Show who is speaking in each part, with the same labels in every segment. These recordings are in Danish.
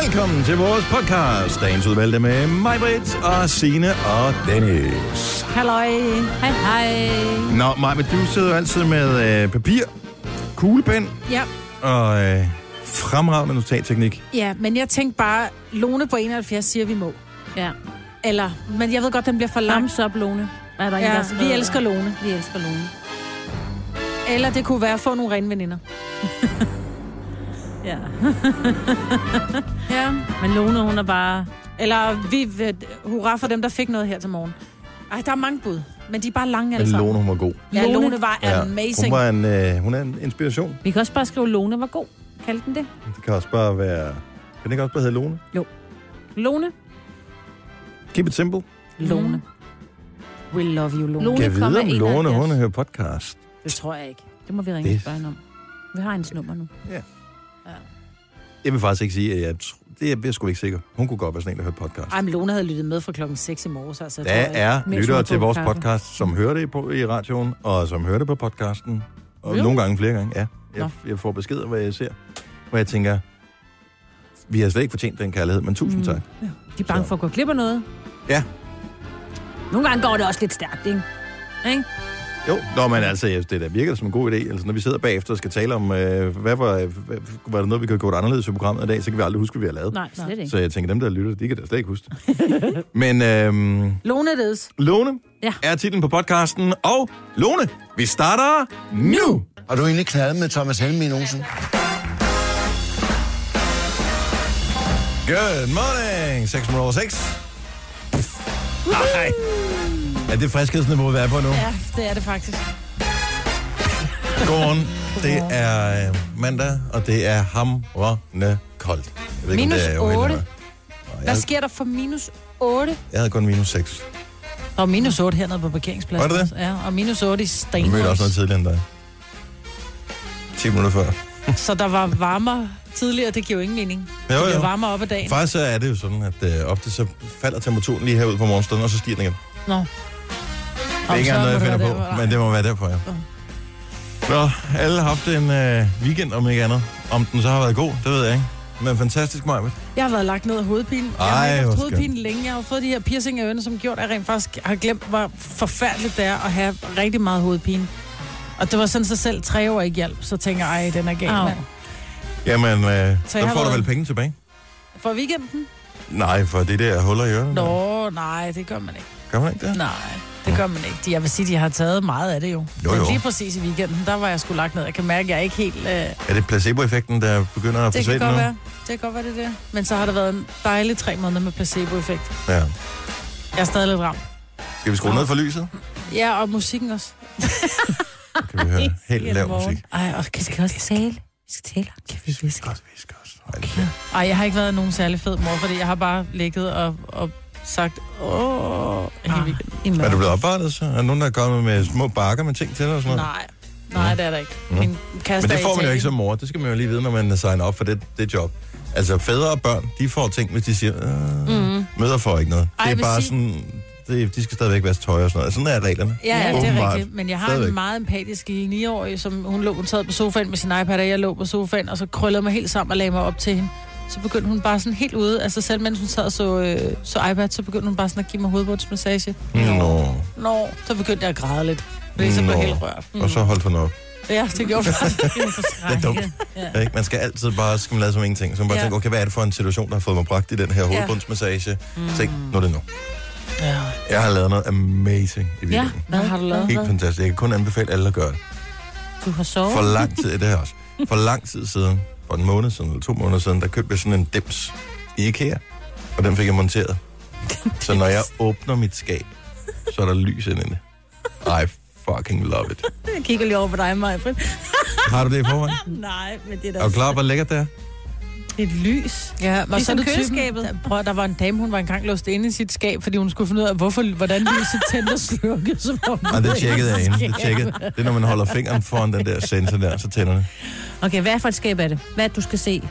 Speaker 1: Velkommen til vores podcast, dagens udvalgte med mig, Britt og Sine og Dennis.
Speaker 2: Halløj. Hej, hej.
Speaker 1: Nå, Maja, men du sidder jo altid med øh, papir, kuglepen
Speaker 2: Ja,
Speaker 1: og øh, fremragende notatteknik.
Speaker 2: ja, men jeg tænkte bare, Lone på 71 siger, vi må.
Speaker 3: Ja.
Speaker 2: Eller, men jeg ved godt, den bliver for lang.
Speaker 3: Thumbs up, Lone. Er der en, der
Speaker 2: Ja,
Speaker 3: har skrevet
Speaker 2: vi
Speaker 3: der?
Speaker 2: elsker Lone.
Speaker 3: Vi elsker Lone.
Speaker 2: Eller det kunne være at få nogle rene veninder.
Speaker 3: Ja.
Speaker 2: Ja.
Speaker 3: Men Lone, hun er bare...
Speaker 2: Eller vi, øh, hurra for dem, der fik noget her til morgen. Ej, der er mange bud, men de er bare lange
Speaker 1: Men
Speaker 2: alle sammen.
Speaker 1: Lone, hun var god.
Speaker 2: Ja,
Speaker 3: Lone.
Speaker 2: Lone var amazing.
Speaker 1: Hun, var en, øh, hun er en inspiration.
Speaker 3: Vi kan også bare skrive, Lone var god. Kald den det.
Speaker 1: Det kan også bare være... Kan det ikke også bare hedde Lone?
Speaker 3: Lone.
Speaker 1: Keep it simple.
Speaker 3: Lone.
Speaker 2: Lone. We love you, Lone.
Speaker 3: Lone.
Speaker 1: Kan jeg vide, om
Speaker 3: komma
Speaker 1: Lone,
Speaker 3: 71.
Speaker 1: hun hører podcast?
Speaker 2: Det tror jeg ikke.
Speaker 3: Det må vi ringe
Speaker 1: Det-
Speaker 3: og spørge hende om. Vi har hendes nummer nu.
Speaker 1: Jeg vil faktisk ikke sige, at jeg... tr- Det er jeg er sgu ikke sikker. Hun kunne godt være sådan en, der hører podcast.
Speaker 2: Ej, men Lone havde lyttet med fra klokken 6 i morges, altså. jeg
Speaker 1: Der
Speaker 2: tror, jeg-
Speaker 1: er
Speaker 3: hun
Speaker 1: lyttere
Speaker 3: har
Speaker 1: til
Speaker 3: fået
Speaker 1: vores
Speaker 3: kaffe.
Speaker 1: podcast, som hører det på, i radioen, og som hører det på podcasten. Og
Speaker 3: Really?
Speaker 1: nogle gange flere gange, ja. Jeg, jeg får beskeder, hvad jeg ser. Hvor jeg tænker, vi har slet ikke fortjent den kærlighed, men tusind mm.
Speaker 3: Mm.
Speaker 1: tak.
Speaker 3: De er bange
Speaker 1: Så.
Speaker 3: for at gå glip af noget.
Speaker 1: Ja.
Speaker 3: Nogle gange går det også lidt stærkt, ikke? ikke?
Speaker 1: Jo, nå, men altså, jeg- det der virker som en god idé. Altså, når vi sidder bagefter og skal tale om, øh, hvad var, hvad, var der noget, vi kunne have gjort anderledes i programmet i dag, så kan vi aldrig huske, hvad vi har lavet.
Speaker 3: Nej, slet ikke.
Speaker 1: Så jeg tænker, dem, der lytter, de kan da slet ikke huske det. Men øhm,
Speaker 2: Lone it is.
Speaker 1: Lone ja.
Speaker 3: Ja.
Speaker 1: er titlen på podcasten, og Lone, vi starter nu!
Speaker 4: Har du egentlig klaget med Thomas Helmi nogensinde?
Speaker 1: Good morning! 6 over 6. Nej. Er det friskhedsniveau, vi er på nu?
Speaker 2: Ja, det er det faktisk.
Speaker 1: Godmorgen. Det er øh, mandag, og det er hamrende koldt. Jeg ved
Speaker 2: Minus
Speaker 1: jo helt
Speaker 2: 8.
Speaker 1: nøjagtigt.
Speaker 2: Hvad sker der for minus 8?
Speaker 1: Jeg havde kun minus 6.
Speaker 2: Der var minus 8 hernede på parkeringspladsen.
Speaker 1: Var det det?
Speaker 2: også. Ja, og minus 8 i
Speaker 1: Jeg mødte også noget
Speaker 2: Stenhøjs.
Speaker 1: tidligere end dig. 10 minutter før.
Speaker 2: Så der var varmere tidligere, det giver jo ingen mening.
Speaker 1: Jo,
Speaker 2: det
Speaker 1: jo.
Speaker 2: bliver varmere op ad dagen.
Speaker 1: Faktisk så er det jo sådan, at øh, ofte så falder temperaturen lige herude på morgenstunden, og så stiger den igen. Det
Speaker 2: Nå.
Speaker 1: er ikke engang noget, jeg finder på, men det må være derfor, ja.
Speaker 2: Mm.
Speaker 1: Nå, alle har haft en øh, weekend, om ikke andet. Om den så har været god, det ved jeg ikke. Men fantastisk, Maja.
Speaker 2: Jeg har været lagt ned af hovedpine.
Speaker 1: Ej,
Speaker 2: jeg har ikke
Speaker 1: hvor
Speaker 2: haft
Speaker 1: skønt.
Speaker 2: hovedpine længe. Jeg har jo fået de her piercing af ørerne, som gjort, at jeg rent faktisk har glemt, hvor forfærdeligt det er at have rigtig meget hovedpine. Og det var sådan sig selv tre år ikke hjælp, så tænker jeg, ej, den er gal,
Speaker 3: Au.
Speaker 2: mand.
Speaker 1: Jamen, øh, så
Speaker 2: har
Speaker 1: får du
Speaker 2: været-
Speaker 1: vel penge tilbage?
Speaker 2: For weekenden?
Speaker 1: Nej, for det der huller i ørerne. der.
Speaker 2: Nå, nej, det gør man ikke.
Speaker 1: Gør man ikke det?
Speaker 2: Nej, det gør man ikke. Jeg vil sige, de har taget meget af det jo.
Speaker 1: Jo, jo.
Speaker 2: Men lige præcis i weekenden, der var jeg sgu lagt ned. Jeg kan mærke, at jeg er ikke helt... Øh,
Speaker 1: Er det placeboeffekten, der begynder at
Speaker 2: det
Speaker 1: forsvinde
Speaker 2: kan godt
Speaker 1: nu?
Speaker 2: være. Det kan godt være, det der. Men så har der været en dejlig tre måneder med placeboeffekt.
Speaker 1: Ja.
Speaker 2: Jeg er stadig lidt ramt.
Speaker 1: Skal vi skrue ned for lyset?
Speaker 2: Ja, og musikken også.
Speaker 1: Så Kan vi høre helt lav
Speaker 3: morgen.
Speaker 1: musik?
Speaker 2: Ej, og
Speaker 3: Vi skal også tale. Vi skal tale. Kan vi viske?
Speaker 1: Godt, vi skal også. Ej, det er-
Speaker 2: Ej, jeg har ikke været nogen særlig fed mor, fordi jeg har bare ligget og, og sagt, åh, hele weekenden.
Speaker 3: Ah, I
Speaker 1: Er Ah, du
Speaker 3: mørke.
Speaker 1: blevet opvartet så? Er der nogen, der er kommet med små bakker med ting til dig og sådan noget?
Speaker 2: Nej, nej, det er der ikke. Min kaster
Speaker 1: Mhm. Men det
Speaker 2: Altså, er
Speaker 1: får man jo
Speaker 2: Italien.
Speaker 1: ikke som mor. Det skal man jo lige vide, når man signer op for det, det job. Altså fædre og børn, de får ting, hvis de siger, øh, mm. møder får ikke noget.
Speaker 2: Mhm.
Speaker 1: det
Speaker 2: Ej, jeg
Speaker 1: er
Speaker 2: vil
Speaker 1: bare
Speaker 2: sige-
Speaker 1: sådan, det, de skal stadigvæk vaske tøj og sådan noget. Sådan er reglerne.
Speaker 2: Ja, ja, det er
Speaker 1: Åbenbart.
Speaker 2: rigtigt. Men jeg har
Speaker 1: Stadigvæk.
Speaker 2: en meget empatisk lille 9-årig, som hun lå, hun sad på sofaen med sin iPad, og jeg lå på sofaen, og så krøllede mig helt sammen og lagde mig op til hende. Så begyndte hun bare sådan helt ude, altså selv mens hun sad og så, øh, så iPad, så begyndte hun bare sådan at give mig hovedbundsmassage.
Speaker 1: Nå.
Speaker 2: Nå, så begyndte jeg at græde lidt, fordi så blev
Speaker 1: Nå.
Speaker 2: jeg helt rørt.
Speaker 1: Og så holdt hun op.
Speaker 2: Ja, det gjorde jeg faktisk.
Speaker 1: Det er dumt. Ja. Man skal altid bare skal man lade som ingenting. Så man bare ja.
Speaker 2: Ja.
Speaker 1: tænker, okay, hvad er det for en situation, der har fået mig bragt i den her hovedbundsmassage? Mm. Tænk, nu er det nu.
Speaker 2: ja.
Speaker 1: Jeg har lavet noget amazing i
Speaker 3: Ja,
Speaker 1: weekenden.
Speaker 2: Hvad har du lavet?
Speaker 1: Helt fantastisk. Jeg kan kun anbefale alle at gøre det.
Speaker 3: Du har sovet.
Speaker 1: For lang tid, det her også. For lang tid siden, for en måned siden, eller to måneder siden, der købte jeg sådan en dims i IKEA. Og den fik jeg monteret. Så når jeg åbner mit skab, så er der lys inde i det. I fucking love it.
Speaker 3: Jeg kigger lige over på dig, Maja.
Speaker 1: Har du det i forvejen?
Speaker 3: Nej, men det er da
Speaker 1: Er du klar, hvor lækkert det er?
Speaker 3: Det er et lys.
Speaker 2: Ja, og
Speaker 3: Ligesom
Speaker 2: så er det
Speaker 3: køleskabet.
Speaker 2: køleskabet. Typen, der, prøv, at- der var en dame, hun var engang låst inde i sit skab, fordi hun skulle finde ud af, hvorfor, hvordan lyset tændte og slukkede. Så var hun
Speaker 1: Nej, det tjekkede jeg inden. Det, tjekkede. det er, når man holder fingeren foran den der sensor der, så tænder det.
Speaker 3: Okay, hvad for et skab er det? Hvad er det, du skal se?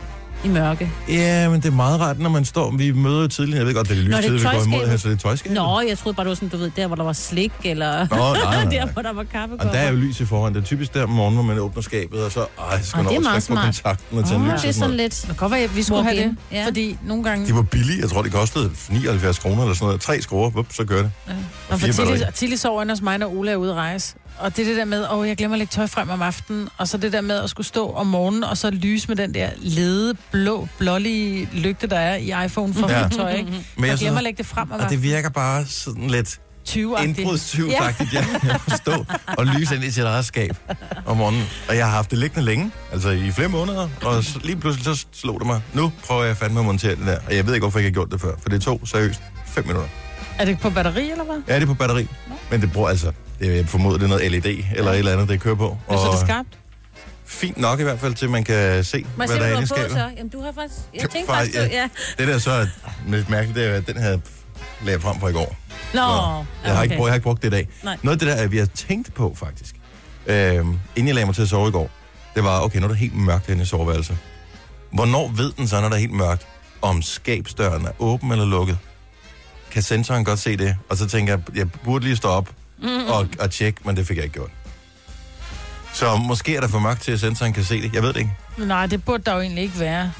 Speaker 3: i mørke.
Speaker 1: Ja, men det er meget rart, når man står... Vi møder jo tidligt. Jeg ved godt, det er lyst
Speaker 3: Nå, det er
Speaker 1: tidligt, vi går imod
Speaker 3: tøjskabet.
Speaker 1: her, så det er tøjskabet.
Speaker 3: Nå, jeg troede bare, det var sådan, du ved, der hvor der var slik, eller
Speaker 1: Nå, nej, nej,
Speaker 3: der
Speaker 1: nej.
Speaker 3: hvor der var
Speaker 1: Og
Speaker 3: kaffekopper.
Speaker 1: der er jo lys i forhånd. Det er typisk der om morgenen, hvor man åbner skabet, og så, ej, så skal
Speaker 5: Åh,
Speaker 1: man
Speaker 5: det er
Speaker 1: over
Speaker 5: meget
Speaker 1: og trykke på
Speaker 5: smart.
Speaker 1: kontakten og tænde
Speaker 5: Åh,
Speaker 1: lys.
Speaker 5: det er
Speaker 1: og sådan
Speaker 5: sådan
Speaker 1: noget.
Speaker 5: lidt...
Speaker 2: Det kan godt være, at vi skulle
Speaker 3: Walk
Speaker 2: have
Speaker 3: in.
Speaker 2: det.
Speaker 5: Ja.
Speaker 2: Fordi nogle gange...
Speaker 1: De var billige. Jeg tror, det kostede 79 kroner eller sådan noget. Tre skruer, vup, så gør det.
Speaker 2: Nå, for
Speaker 1: fire
Speaker 2: Tilly,
Speaker 1: batterier.
Speaker 2: Tilly sover inde hos mig, når Ola er ude at rejse. Og det er det der med, åh, jeg glemmer at lægge tøj frem om aftenen. Og så det der med at skulle stå om morgenen, og så lyse med den der lede, blå, blålige lygte, der er i iPhone for
Speaker 1: Ja.
Speaker 2: ja. mit tøj, ikke?
Speaker 1: Men
Speaker 2: Jeg,
Speaker 1: jeg
Speaker 2: jeg glemmer
Speaker 1: synes,
Speaker 2: at lægge det frem om
Speaker 1: og det
Speaker 2: aftenen.
Speaker 1: virker bare sådan lidt
Speaker 2: 20
Speaker 1: indbrudstyvagtigt, ja. jeg forstår, og lyse ind i sit eget skab om morgenen. Og jeg har haft det liggende længe, altså i flere måneder, og så lige pludselig så slog det mig. Nu prøver jeg fandme at montere det der, og jeg ved ikke, hvorfor jeg ikke har gjort det før, for det tog seriøst 5 minutter.
Speaker 2: Er det på batteri, eller hvad?
Speaker 1: Ja, det er på batteri, men det bruger altså, det, jeg formoder, det er noget LED eller et eller andet, det kører på.
Speaker 2: Og... Så er det
Speaker 1: Og
Speaker 2: skarpt.
Speaker 1: fint nok i hvert fald, til man kan se,
Speaker 3: Må
Speaker 1: hvad
Speaker 3: jeg
Speaker 1: der
Speaker 3: se,
Speaker 1: er inde i
Speaker 3: hvad du har på,
Speaker 1: skabet.
Speaker 3: så? Jamen, du har faktisk... Jeg
Speaker 1: Jamen,
Speaker 3: tænkte
Speaker 1: far,
Speaker 3: faktisk, du...
Speaker 1: ja.
Speaker 3: ja.
Speaker 1: Det der så er lidt mærkeligt, det er, jo, at den havde lagde frem for i går.
Speaker 3: Nå,
Speaker 1: Så Jeg har, ikke brugt, jeg har ikke brugt det i dag.
Speaker 3: Nej.
Speaker 1: Noget af det der, øh, vi har tænkt på faktisk, øhm, inden jeg lagde mig til at sove i går, det var, okay, nu er det helt mørkt inde i soveværelset. Hvornår ved den så, når det er helt mørkt, om skabsdøren er åben eller lukket? Kan sensoren godt se det? Og så tænker jeg, jeg burde lige stå op og, og tjekke, men det fik jeg ikke gjort. Så måske er der for mørkt til, at sensoren kan se det. Jeg ved det ikke.
Speaker 2: Nej, det burde der jo egentlig ikke være.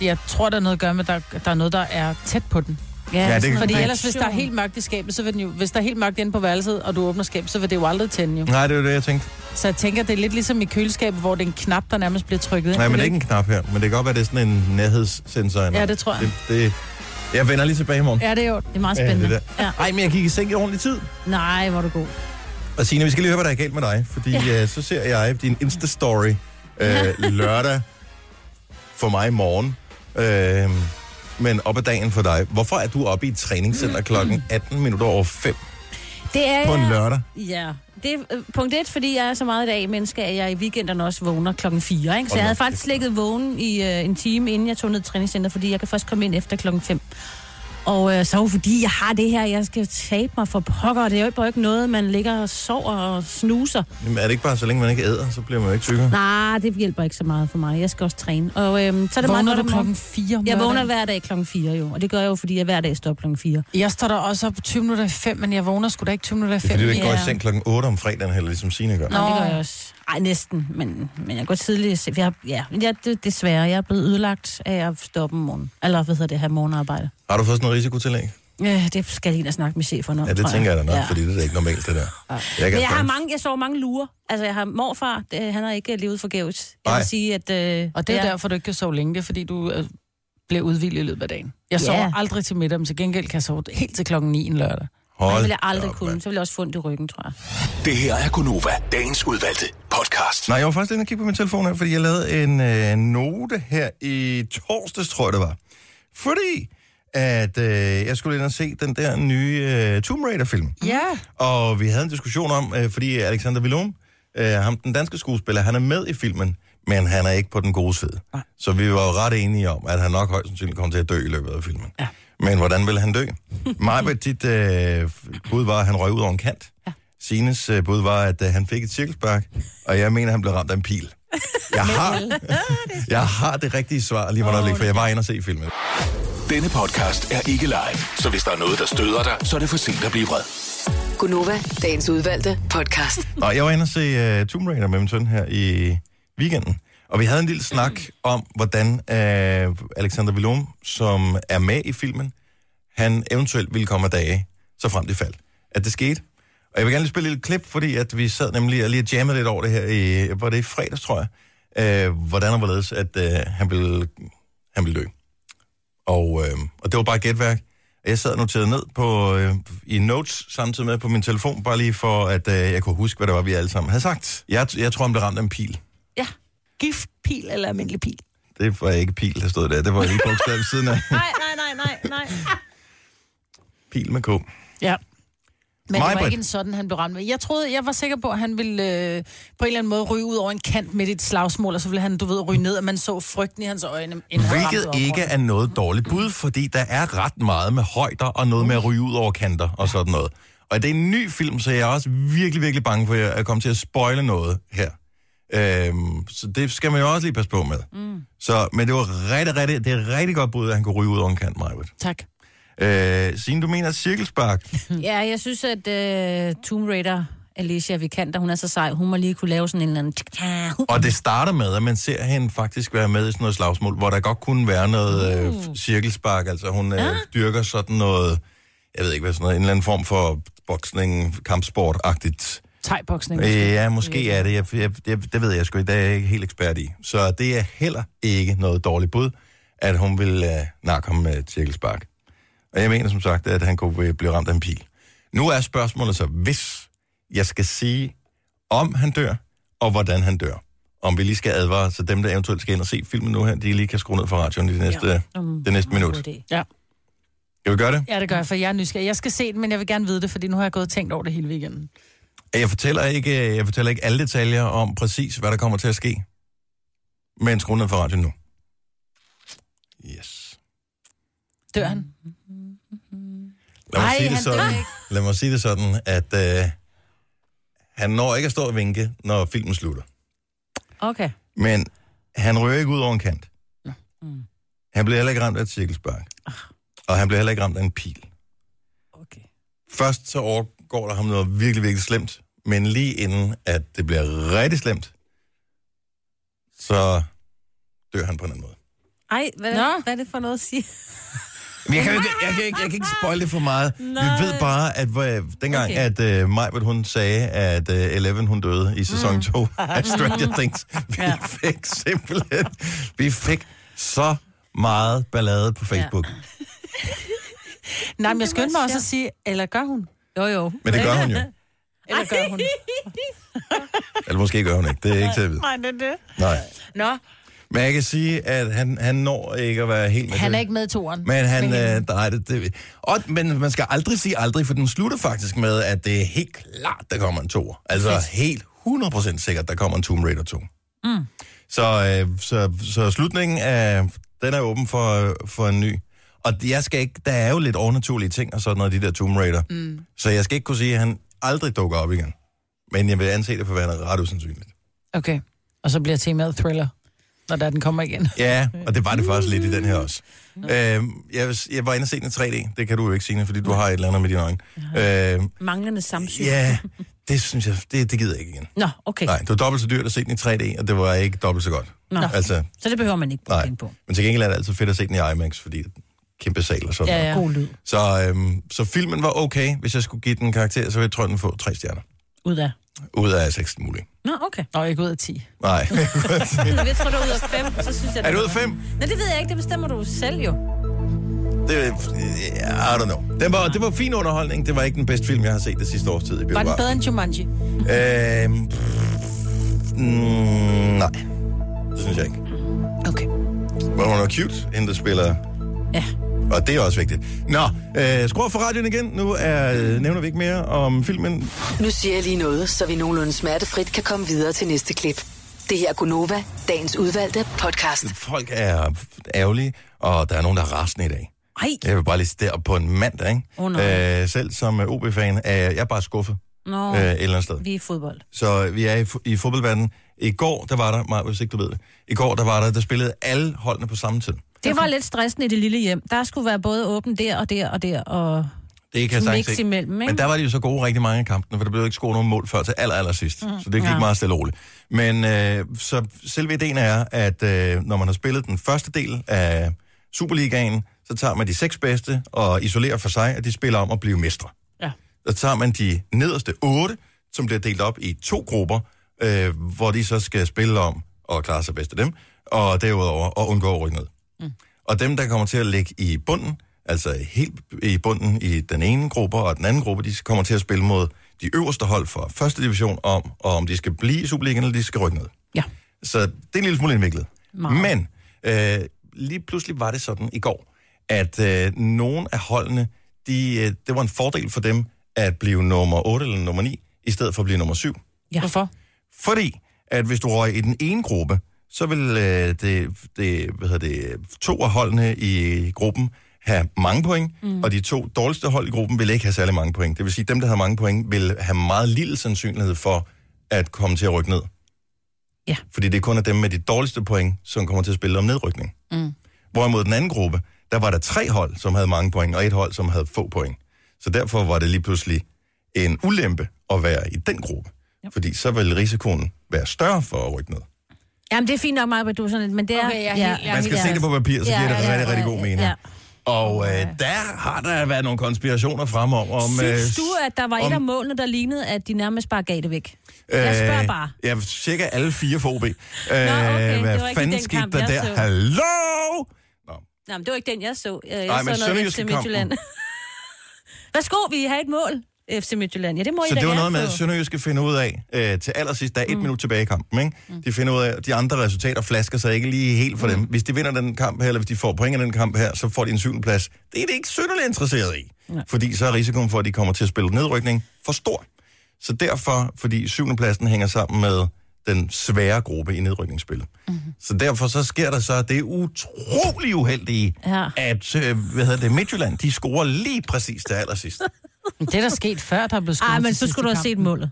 Speaker 2: Jeg tror, der er noget at gøre med, at der, der er noget, der er tæt på den.
Speaker 1: Ja, det-
Speaker 3: sådan
Speaker 2: Fordi
Speaker 3: noget.
Speaker 2: ellers, hvis der er helt mørkt i skabet, så vil den jo, hvis der er helt mørkt inde på værelset, og du åbner skabet, så vil det jo aldrig tænde jo.
Speaker 1: Nej, det var det, jeg tænkte.
Speaker 2: Så jeg tænker, det er lidt ligesom i køleskabet, hvor det er en knap, der nærmest bliver trykket ind.
Speaker 1: Nej, men det er
Speaker 2: ikke?
Speaker 1: ikke en knap her. Men det kan godt være, det er sådan en nærhedssensor. eller-
Speaker 2: Ja, det tror jeg.
Speaker 1: Det, det, jeg vender lige tilbage i morgen.
Speaker 2: Ja, det er jo.
Speaker 3: Det er meget
Speaker 1: Ja, det
Speaker 3: spændende.
Speaker 1: der.
Speaker 3: Ja.
Speaker 1: Nej, men jeg gik i seng i ordentlig tid.
Speaker 3: Nej, hvor er du god.
Speaker 1: Og Signe, vi skal lige høre, hvad der er galt med dig. Fordi ja. øh, så ser jeg din Insta-story øh, lørdag for mig i morgen. Øh, men op ad dagen for dig. Hvorfor er du oppe i et træningscenter klokken 18 minutter over 5
Speaker 3: Det er
Speaker 1: på en
Speaker 3: jeg-
Speaker 1: lørdag?
Speaker 3: Ja, det er øh, punkt et, fordi jeg er så meget i dag menneske, at jeg i weekenderne også vågner klokken 4. Ikke? Så
Speaker 1: Hold
Speaker 3: jeg havde
Speaker 1: da
Speaker 3: faktisk
Speaker 1: kæft,
Speaker 3: ligget vågen i øh, en time, inden jeg tog ned i træningscenteret, fordi jeg kan først komme ind efter klokken 5. Og øh, så er det jo fordi, jeg har det her, jeg skal tabe mig for pokker, det er jo bare ikke noget, man ligger og sover og snuser.
Speaker 1: Jamen, er det ikke bare, så længe man ikke æder, så bliver man jo ikke tykkere?
Speaker 3: Nej, det hjælper ikke så meget for mig. Jeg skal også træne. Og øhm, så er det
Speaker 2: Vågner
Speaker 3: meget
Speaker 2: du
Speaker 3: godt om morgenen.
Speaker 2: klokken 4 om
Speaker 3: Jeg
Speaker 2: lørdagen?
Speaker 3: vågner hver dag klokken 4 jo, og det gør jeg jo, fordi jeg hver dag står op klokken 4.
Speaker 2: Jeg står der også op 20 minutter i 5, men jeg vågner sgu da ikke 20 minutter i 5.
Speaker 1: Det er fordi, du ikke går i
Speaker 3: Ja.
Speaker 1: seng klokken 8 om fredagen, heller ligesom Signe gør.
Speaker 3: Nå.
Speaker 2: Nå.
Speaker 3: Det gør jeg også. Ej, næsten, men, men jeg går tidligt. i seng. Jeg, ja, jeg, det, desværre, jeg er blevet ødelagt af at stå op om morgenen. Eller hvad hedder det, have morgenarbejde.
Speaker 1: Har du fået sådan noget risikotillæg?
Speaker 3: Øh, det skal jeg lige ind og snakke med chefen om.
Speaker 1: Ja, det
Speaker 3: tror
Speaker 1: tænker jeg da nok,
Speaker 3: Ja.
Speaker 1: fordi det er da ikke normalt, det der. Jeg
Speaker 3: Men jeg, har
Speaker 1: sagtens-
Speaker 3: mange, jeg sover mange lurer. Altså, jeg har morfar, det, han har ikke levet forgæves. Jeg
Speaker 1: Nej.
Speaker 3: vil sige, at... Øh,
Speaker 2: Og det er
Speaker 3: ja.
Speaker 2: derfor, du ikke kan sove længe. Det er fordi, du øh, bliver udvildet i løbet af dagen. Jeg
Speaker 3: Ja.
Speaker 2: sover aldrig til middag, men til gengæld kan jeg sove helt til klokken 9 en lørdag.
Speaker 3: Hold, det
Speaker 1: Hold
Speaker 3: vil jeg aldrig
Speaker 1: op,
Speaker 3: kunne.
Speaker 1: mand.
Speaker 3: Så vil jeg også få ondt i ryggen, tror jeg.
Speaker 6: Det her er Gunova, dagens udvalgte podcast.
Speaker 1: Nej, jeg var faktisk lige inde og kigge på min telefon her, fordi jeg lavede en øh, note her i torsdags, tror jeg det var. Fordi at øh, jeg skulle ind og se den der nye øh, Tomb Raider-film.
Speaker 2: Ja.
Speaker 1: Og vi havde en diskussion om, øh, fordi Alexander Villum, øh, ham den danske skuespiller, han er med i filmen, men han er ikke på den gode side. Nej. Så vi var jo ret enige om, at han nok højst sandsynligt kommer til at dø i løbet af filmen. Ja. Men hvordan vil han dø? Majbet, dit øh, bud var, at han røg ud over en kant. Ja. Sines øh, bud var, at øh, han fik et cirkelspark, og jeg mener, han blev ramt af en pil. Jeg har, jeg har det rigtige svar lige om et øjeblik, for jeg var inde og se filmen.
Speaker 6: Denne podcast er ikke live, så hvis der er noget, der støder dig, så er det for sent at blive vred.
Speaker 7: Gunova, dagens udvalgte podcast.
Speaker 1: Nå, jeg var inde og se uh, Tomb Raider med min søn her i weekenden, og vi havde en lille snak om, hvordan uh, Alexander Villum, som er med i filmen, han eventuelt ville komme af dage, så frem det faldt. At det skete. Og jeg vil gerne lige spille et lille klip, fordi at vi sad nemlig og lige jammede lidt over det her i, var det i fredags, tror jeg, uh, hvordan og hvorledes, at uh, han, ville, han ville dø. Og, øh, og det var bare gætværk. Og Jeg sad og noterede ned på, øh, i notes samtidig med på min telefon, bare lige for, at øh, jeg kunne huske, hvad det var, vi alle sammen havde sagt. Jeg, jeg tror, han blev ramt af en pil.
Speaker 3: Ja.
Speaker 2: Giftpil eller almindelig pil?
Speaker 1: Det var ikke pil, der stod der. Det var lige bogstav ved siden af.
Speaker 3: Nej, nej, nej, nej, nej.
Speaker 1: Pil med K.
Speaker 2: Ja. Men det
Speaker 1: Maj-Brit.
Speaker 2: var ikke en sådan, han blev ramt med. Jeg troede, jeg var sikker på, at han ville øh, på en eller anden måde ryge ud over en kant midt i et slagsmål, og så ville han, du ved, ryge ned, og man så frygten i hans øjne. inden han ramte
Speaker 1: Hvilket
Speaker 2: over
Speaker 1: ikke er noget dårligt bud, fordi der er ret meget med højder og noget med at ryge ud over kanter og sådan noget. Og det er en ny film, så jeg er også virkelig, virkelig bange for, at jeg kommer til at spoile noget her. Øhm, så det skal man jo også lige passe på med. Mm. Så, men det var rigtig, rigtig, det er et rigtig godt bud, at han kunne ryge ud over en kant, Majbert.
Speaker 2: Tak.
Speaker 1: Øh, Signe, du mener cirkelspark?
Speaker 3: Ja, jeg synes, at uh, Tomb Raider, Alicia Vikander, hun er så sej. Hun må lige kunne lave sådan en eller anden...
Speaker 1: Og det starter med, at man ser hende faktisk være med i sådan noget slagsmål, hvor der godt kunne være noget øh, f- cirkelspark. Altså hun øh, dyrker sådan noget, jeg ved ikke hvad sådan noget, en eller anden form for boksning, kampsport-agtigt.
Speaker 2: Tegboksning.
Speaker 1: Øh, ja, måske er det. Jeg, jeg, jeg, det ved jeg sgu ikke. Det er jeg ikke helt ekspert i. Så det er heller ikke noget dårligt bud, at hun vil øh, nakke ham med et cirkelspark. Og jeg mener som sagt, at han kunne øh, blive ramt af en pil. Nu er spørgsmålet så, hvis jeg skal sige, om han dør, og hvordan han dør. Om vi lige skal advare, så dem, der eventuelt skal ind og se filmen nu her, de lige kan skrue ned for radioen i det næste, ja. det næste minut.
Speaker 2: Ja.
Speaker 1: Skal vi gøre det?
Speaker 2: ja, det gør jeg, for jeg er nysgerrig. Jeg skal se den, men jeg vil gerne vide det, fordi nu har jeg gået og tænkt over det hele weekenden.
Speaker 1: Jeg fortæller ikke, jeg fortæller ikke alle detaljer om præcis, hvad der kommer til at ske. Men skru ned for radioen nu. Yes.
Speaker 2: Dør
Speaker 1: Mm.
Speaker 2: han?
Speaker 1: Lad mig,
Speaker 2: Ej,
Speaker 1: Ej, sige, det
Speaker 2: han dør
Speaker 1: sådan,
Speaker 2: ikke.
Speaker 1: lad mig sige det sådan, at øh, han når ikke at stå og vinke, når filmen slutter.
Speaker 3: Okay.
Speaker 1: Men han rører ikke ud over en kant. Han bliver heller ikke ramt af et cirkelspark. Og han bliver heller ikke ramt af en pil.
Speaker 3: okay.
Speaker 1: Først så overgår der ham noget virkelig, virkelig slemt. Men lige inden, at det bliver rigtig slemt, så dør han på en anden måde.
Speaker 3: Ej, hvad,
Speaker 2: Nå.
Speaker 3: hvad er det for noget at sige?
Speaker 1: Men jeg kan, jo ikke, jeg, kan ikke, jeg kan ikke spoil det for meget. Nej. Vi ved bare, at hvor, dengang, okay.
Speaker 3: Okay.
Speaker 1: at øh, Majbert, hun sagde, at øh, Eleven, hun døde i sæson 2 af Stranger Things. Vi Mm. ja. fik simpelthen, vi fik så meget ballade på Facebook. Ja.
Speaker 2: Nej, men jeg skyndte mig også at sige, eller gør hun?
Speaker 3: Jo, jo.
Speaker 1: Men det gør hun jo.
Speaker 2: Eller gør hun?
Speaker 1: Eller måske gør hun ikke. Det er ikke til at vide.
Speaker 2: Nej, det er det.
Speaker 1: Nej.
Speaker 2: Nå,
Speaker 1: Men jeg kan sige, at han, han når ikke at være helt med
Speaker 2: han
Speaker 1: det.
Speaker 2: er ikke med i toren.
Speaker 1: Men han, øh, nej, det, det, og, men man skal aldrig sige aldrig, for den slutter faktisk med, at det er helt klart, der kommer en to. Altså helt 100% sikkert, der kommer en Tomb Raider 2. Mm. Så, øh, så, så slutningen er, den er åben for, øh, for en ny. Og jeg skal ikke, der er jo lidt overnaturlige ting og sådan noget, i de der Tomb Raider. Mm. Så jeg skal ikke kunne sige, at han aldrig dukker op igen. Men jeg vil anse det for værende ret usandsynligt.
Speaker 2: Okay, og så bliver temaet thriller, når der den kommer igen.
Speaker 1: Ja, og det var det faktisk lidt i den her også. Øhm, jeg, vil s- jeg var inde og se den i 3D. Det kan du jo ikke, Signe, fordi du har et eller andet med dine øjne. Øhm,
Speaker 3: Manglende samsyn.
Speaker 1: ja, det synes jeg, det, det gider jeg ikke igen.
Speaker 3: Nå, okay.
Speaker 1: Nej, det var dobbelt så dyrt at se den i 3D, og det var ikke dobbelt så godt.
Speaker 3: Nå.
Speaker 1: Altså,
Speaker 3: Så det behøver man ikke
Speaker 1: nej.
Speaker 3: tænke på.
Speaker 1: Men til gengæld er det altid fedt at se den i IMAX, fordi det er en kæmpe sal og sådan
Speaker 2: Ja,
Speaker 1: noget.
Speaker 2: ja.
Speaker 3: God lyd.
Speaker 1: Så, øhm, så filmen var okay. Hvis jeg skulle give den en karakter, så ville jeg tro, den få tre stjerner.
Speaker 3: Ud af.
Speaker 1: Ud af 16 muligt.
Speaker 3: Nå, okay.
Speaker 2: Nå, ikke ud af 10.
Speaker 1: Nej.
Speaker 3: Jeg tror, du er ud af fem, så synes jeg...
Speaker 1: er det ud af fem?
Speaker 3: Nej, det ved jeg ikke. Det bestemmer du selv jo.
Speaker 1: Det, I don't know. Den var, det var fin underholdning. Det var ikke den bedste film, jeg har set det sidste års tid i
Speaker 2: Var
Speaker 1: biografen.
Speaker 2: den bedre end Jumanji?
Speaker 1: Øhm, pff, mm, nej, det synes jeg ikke.
Speaker 2: Okay.
Speaker 1: Men hun er cute, hende der spiller.
Speaker 3: Ja.
Speaker 1: Og det er også vigtigt. Nå, øh, skru op for radioen igen. Nu er, øh, nævner vi ikke mere om filmen.
Speaker 7: Nu siger jeg lige noget, så vi nogenlunde smertefrit kan komme videre til næste klip. Det her er Gunova, dagens udvalgte podcast.
Speaker 1: Folk er ærgerlige, og der er nogen, der er rasende i dag.
Speaker 3: Ej,
Speaker 1: Jeg vil bare lige stå på en mandag, ikke?
Speaker 3: Åh, nej.
Speaker 1: øh, selv som øh, OB-fan er jeg er bare skuffet
Speaker 3: nå.
Speaker 1: øh, et eller andet sted.
Speaker 3: Vi er fodbold.
Speaker 1: Så vi er i, fu- i fodboldverdenen. I går, der var der, Maja, hvis ikke du ved det, i går, der var der, der spillede alle holdene på samme tid.
Speaker 3: Det var lidt stressende i det lille hjem. Der skulle være både åben der og der og der og...
Speaker 1: Det kan jeg sagtens
Speaker 3: Mix
Speaker 1: se.
Speaker 3: imellem, ikke?
Speaker 1: Men der var de jo så gode rigtig mange af kampene, for der blev ikke scoret nogen mål før til aller, aller sidst. Mm. Så det gik ja. meget stille og roligt. Men øh, så selve ideen er, at øh, når man har spillet den første del af Superligaen, så tager man de seks bedste og isolerer for sig, at de spiller om at blive mestre.
Speaker 2: Ja.
Speaker 1: Så tager man de nederste otte, som bliver delt op i to grupper, øh, hvor de så skal spille om og klare sig bedst af dem, og derudover at undgå at rykke ned. Og dem, der kommer til at ligge i bunden, altså helt i bunden i den ene gruppe og den anden gruppe, de kommer til at spille mod de øverste hold fra første division om, og om de skal blive i Superligaen, eller de skal rykke ned.
Speaker 3: Ja.
Speaker 1: Så det er en lille smule indviklet. Men øh, lige pludselig var det sådan i går, at øh, nogle af holdene, de, øh, det var en fordel for dem at blive nummer 8 eller nummer 9, i stedet for at blive nummer 7.
Speaker 3: Ja.
Speaker 2: Hvorfor?
Speaker 1: Fordi, at hvis du røg i den ene gruppe, så vil øh, det, det, hvad hedder det, to af holdene i gruppen have mange point, mm. og de to dårligste hold i gruppen vil ikke have særlig mange point. Det vil sige, at dem, der havde mange point, vil have meget lille sandsynlighed for at komme til at rykke ned.
Speaker 3: Ja.
Speaker 1: Fordi det kun er dem med de dårligste point, som kommer til at spille om nedrykning.
Speaker 3: Mm.
Speaker 1: Hvorimod den anden gruppe, der var der tre hold, som havde mange point, og et hold, som havde få point. Så derfor var det lige pludselig en ulempe at være i den gruppe. Yep. Fordi så ville risikoen være større for at rykke ned.
Speaker 3: Jamen, det er fint nok, Maja, at du er sådan lidt, men det er...
Speaker 2: Okay, jeg er helt- jeg er
Speaker 1: Man skal se det på papir, så giver det rigtig, rigtig god mening.
Speaker 3: Ja.
Speaker 1: Og øh, der har der været nogle konspirationer frem om... om øh,
Speaker 3: Synes du, at der var et
Speaker 1: om-
Speaker 3: af målene, der lignede, at de nærmest bare gav det væk?
Speaker 1: øh,
Speaker 3: Jeg spørger bare.
Speaker 1: Ja, cirka alle fire for OB. Øh,
Speaker 3: okay, det var
Speaker 1: hvad
Speaker 3: ikke i
Speaker 1: fanden
Speaker 3: den
Speaker 1: skete
Speaker 3: kamp,
Speaker 1: der
Speaker 3: jeg
Speaker 1: der?
Speaker 3: så.
Speaker 1: Hallo!
Speaker 3: Nej, men det var ikke den, jeg så. Øh, Jeg
Speaker 1: Nej,
Speaker 3: Ej,
Speaker 1: men
Speaker 3: så noget FC
Speaker 1: Sønderjyske
Speaker 3: Midtjylland. Værsgo, vi har et mål, FC Midtjylland. Ja, det må I
Speaker 1: Så
Speaker 3: da
Speaker 1: det var
Speaker 3: gerne
Speaker 1: noget med, at
Speaker 3: få.
Speaker 1: Sønderjyske finder ud af øh, til allersidst, der er et
Speaker 3: Mm.
Speaker 1: minut tilbage i kampen. Ikke? De finder ud af, at de andre resultater flasker sig ikke lige helt
Speaker 3: Mm.
Speaker 1: for dem. Hvis de vinder den kamp her, eller hvis de får point af den kamp her, så får de en syvende plads. Det er det ikke synderligt interesseret i. Fordi så er risikoen for, at de kommer til at spille nedrykning for stor. Så derfor, fordi syvende pladsen hænger sammen med den svære gruppe i nedrykningsspillet. Mm-hmm. Så derfor så sker der så det utrolig uheldige,
Speaker 3: Ja.
Speaker 1: at øh, hvad hedder det, Midtjylland, de scorer lige præcis til allersidst.
Speaker 2: Men det er der sket før, der er blevet skudt
Speaker 3: Ej, men
Speaker 2: til
Speaker 3: så
Speaker 2: sidste
Speaker 3: skulle du have
Speaker 2: kamp.
Speaker 3: set målet.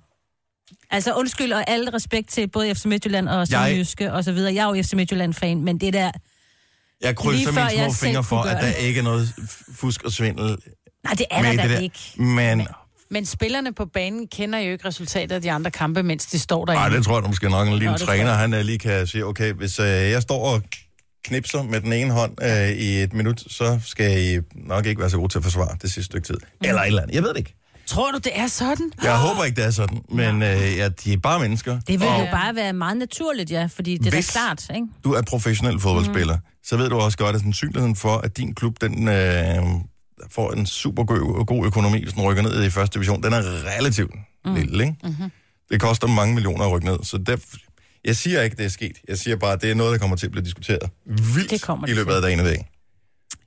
Speaker 3: Altså undskyld og alt respekt til både FC Midtjylland og Sønderjyske og så videre. Jeg er jo FC Midtjylland-fan, men det der...
Speaker 1: Jeg krydser
Speaker 3: Lige før
Speaker 1: mine små
Speaker 3: jeg selv
Speaker 1: fingre for,
Speaker 3: kunne gøre
Speaker 1: at der
Speaker 3: det.
Speaker 1: ikke er noget f- fusk og svindel
Speaker 3: Nej, det er
Speaker 1: med i
Speaker 3: der
Speaker 1: det
Speaker 3: da
Speaker 1: der.
Speaker 3: ikke.
Speaker 1: Men
Speaker 2: Men spillerne på banen kender jo ikke resultatet af de andre kampe, mens de står derinde.
Speaker 1: ej, det tror jeg, du måske nok en lille
Speaker 2: Nå, det tror
Speaker 1: træner,
Speaker 2: jeg.
Speaker 1: han øh, lige kan sige, okay, hvis øh, jeg står og knipser med den ene hånd øh, i et minut, så skal I nok ikke være så gode til at forsvare det sidste stykke tid. Eller et eller andet. Jeg ved det ikke.
Speaker 2: Tror du, det er sådan?
Speaker 1: Jeg
Speaker 3: Ah.
Speaker 1: håber ikke, det er sådan, men øh, ja, de er bare mennesker.
Speaker 3: Det vil
Speaker 1: og
Speaker 3: jo bare være meget naturligt, ja, fordi det er da
Speaker 1: Hvis-
Speaker 3: klart, ikke?
Speaker 1: du er professionel fodboldspiller, mm. så ved du også godt, at sandsynligheden for, at din klub den, øh, får en super god, god økonomi, hvis den rykker ned i første division, den er relativt mm. lille. Ikke? Mm-hmm. Det koster mange millioner at rykke ned. Så der, jeg siger ikke, det er sket. Jeg siger bare, at det er noget, der kommer til at blive diskuteret vildt
Speaker 3: Det kommer
Speaker 1: i
Speaker 3: det
Speaker 1: løbet af dagen og dagen.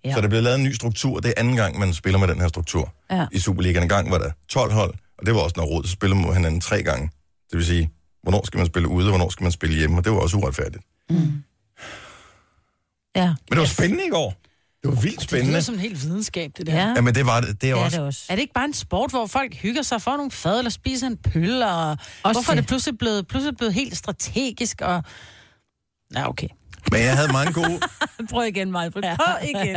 Speaker 3: Ja.
Speaker 1: Så der bliver lavet en ny struktur. Det er anden gang, man spiller med den her struktur.
Speaker 3: Ja.
Speaker 1: I Superligaen en gang var der 12 hold, og det var også noget råd, så spiller mod hinanden tre gange. Det vil sige, hvornår skal man spille ude, og hvornår skal man spille hjemme, og det var også uretfærdigt.
Speaker 3: Ja.
Speaker 1: Men det var spændende i går. Det var vildt
Speaker 2: Det lyder
Speaker 1: spændende.
Speaker 2: som en helt videnskab, det der.
Speaker 3: Ja,
Speaker 1: Jamen, det var det, det er
Speaker 3: det er
Speaker 1: også.
Speaker 3: det
Speaker 1: Det
Speaker 3: også.
Speaker 2: Er det ikke bare en sport, hvor folk hygger sig for nogle fad, eller spiser en pøl, og hvorfor er
Speaker 3: det.
Speaker 2: det pludselig blevet, pludselig blevet helt strategisk, og... Ja, okay.
Speaker 1: Men jeg havde mange gode...
Speaker 3: Prøv igen, Maja. Prøv igen.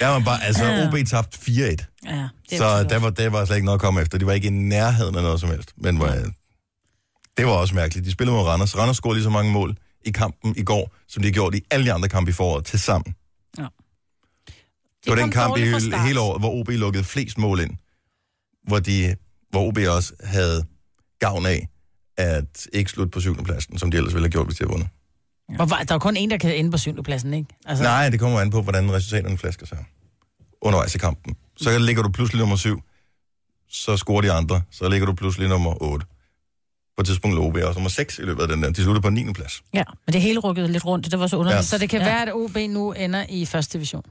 Speaker 1: Jeg var bare, altså, OB tabte 4-1,
Speaker 3: Ja, det er
Speaker 1: så
Speaker 3: så
Speaker 1: der var, der var slet ikke noget at komme efter. De var ikke i nærheden af noget som helst. Men var, det var også mærkeligt. De spillede mod Randers. Randers scorede lige så mange mål i kampen i går, som de har gjort i alle de andre kampe i foråret til sammen.
Speaker 2: De
Speaker 1: Det var den
Speaker 2: kom
Speaker 1: kamp i
Speaker 2: dårligt fra
Speaker 1: hele,
Speaker 2: start.
Speaker 1: hele året, hvor OB lukkede flest mål ind. Hvor, de, hvor OB også havde gavn af at ikke slutte på syvende pladsen, som de ellers ville have gjort, hvis de havde vundet.
Speaker 2: Hvor, var- der er kun en, der kan ende på syvendepladsen, ikke? Altså,
Speaker 1: Nej, det kommer an på, hvordan resultaterne flasker sig undervejs i kampen. Så ligger du pludselig nummer syv, så scorer de andre, så ligger du pludselig nummer 8. På et tidspunkt lå OB også nummer 6 i løbet af den der. De sluttede på 9. plads.
Speaker 3: Ja, men det hele rykkede lidt rundt, det var så underligt.
Speaker 1: Ja.
Speaker 3: Ja.
Speaker 2: Så det kan ja. være, at OB nu ender i første division.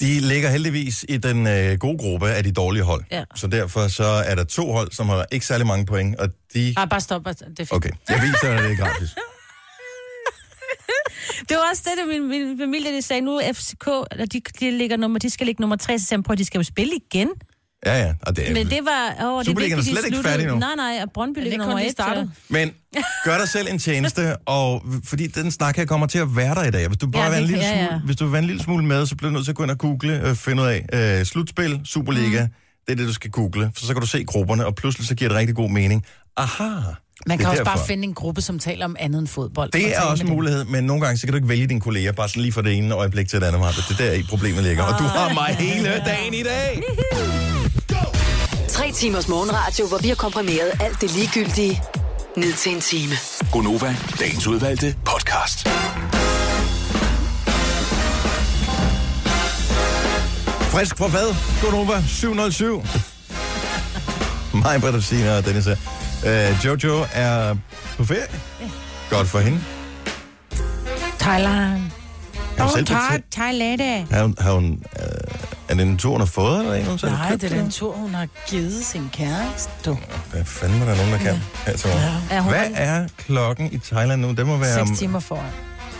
Speaker 1: De ligger heldigvis i den øh, gode gruppe af de dårlige hold.
Speaker 3: Ja.
Speaker 1: Så derfor så er der to hold, som har ikke særlig mange point, og de
Speaker 2: Nej, bare stop. bare- Det er fint.
Speaker 1: Okay, jeg viser dig det gratis.
Speaker 3: Det var også det, der min, min familie de sagde, nu er FCK, eller de, de, ligger nummer, de skal ligge nummer tre, så sagde jeg, prøv, de skal jo spille igen.
Speaker 1: Ja, ja, og det er...
Speaker 3: Men det var... Åh, det er
Speaker 1: Superligaen er
Speaker 3: vigtigt, de
Speaker 1: slet ikke
Speaker 3: sluttede-
Speaker 1: færdig nu.
Speaker 3: Nej, nej, og Brøndby
Speaker 2: det er
Speaker 3: ligger
Speaker 2: kun
Speaker 3: nummer
Speaker 2: lige
Speaker 3: et.
Speaker 2: startet.
Speaker 1: Men gør dig selv en tjeneste, og fordi den snak her kommer til at være der i dag. Hvis du bare
Speaker 3: Ja,
Speaker 1: ja, vil en
Speaker 3: det-
Speaker 1: lille
Speaker 3: ja,
Speaker 1: smule,
Speaker 3: ja.
Speaker 1: hvis du vil være en lille smule med, så bliver du nødt til at gå ind og google, øh, finde ud af øh, slutspil, Superliga. Mm. Det er det, du skal google, for så kan du se grupperne, og pludselig så giver det rigtig god mening. Aha!
Speaker 2: Man
Speaker 1: det
Speaker 2: kan
Speaker 1: er
Speaker 2: også
Speaker 1: derfor.
Speaker 2: bare finde en gruppe, som taler om andet end fodbold. og
Speaker 1: Det er
Speaker 2: tale
Speaker 1: også
Speaker 2: med
Speaker 1: en
Speaker 2: dem.
Speaker 1: mulighed, men nogle gange så kan du ikke vælge dine kolleger, bare sådan lige fra det ene øjeblik til det andet. Maja. Det er der, i problemet ligger. Og du har mig hele dagen i dag!
Speaker 7: Tre timers morgenradio, hvor vi har komprimeret alt det ligegyldige ned til en time.
Speaker 6: Gonova, dagens udvalgte podcast.
Speaker 1: Frisk fra hvad? Godnova 707. Mig, Britta, Sina og Dennis her. Øh, Jojo er på ferie. Godt for hende.
Speaker 2: Thailand.
Speaker 1: Har hun selv
Speaker 2: Thailand.
Speaker 1: betalt? Har hun, har hun øh, er det en tur, hun har fået, eller en, hun selv har
Speaker 2: Nej,
Speaker 1: købt,
Speaker 2: det er
Speaker 1: eller?
Speaker 2: den tur, hun har givet sin kæreste. Du.
Speaker 1: Hvad fanden er der nogen, der kan? Ja. Her til morgen.
Speaker 3: Ja, hun-
Speaker 1: Hvad er klokken i Thailand nu? Det må være...
Speaker 2: Seks timer foran.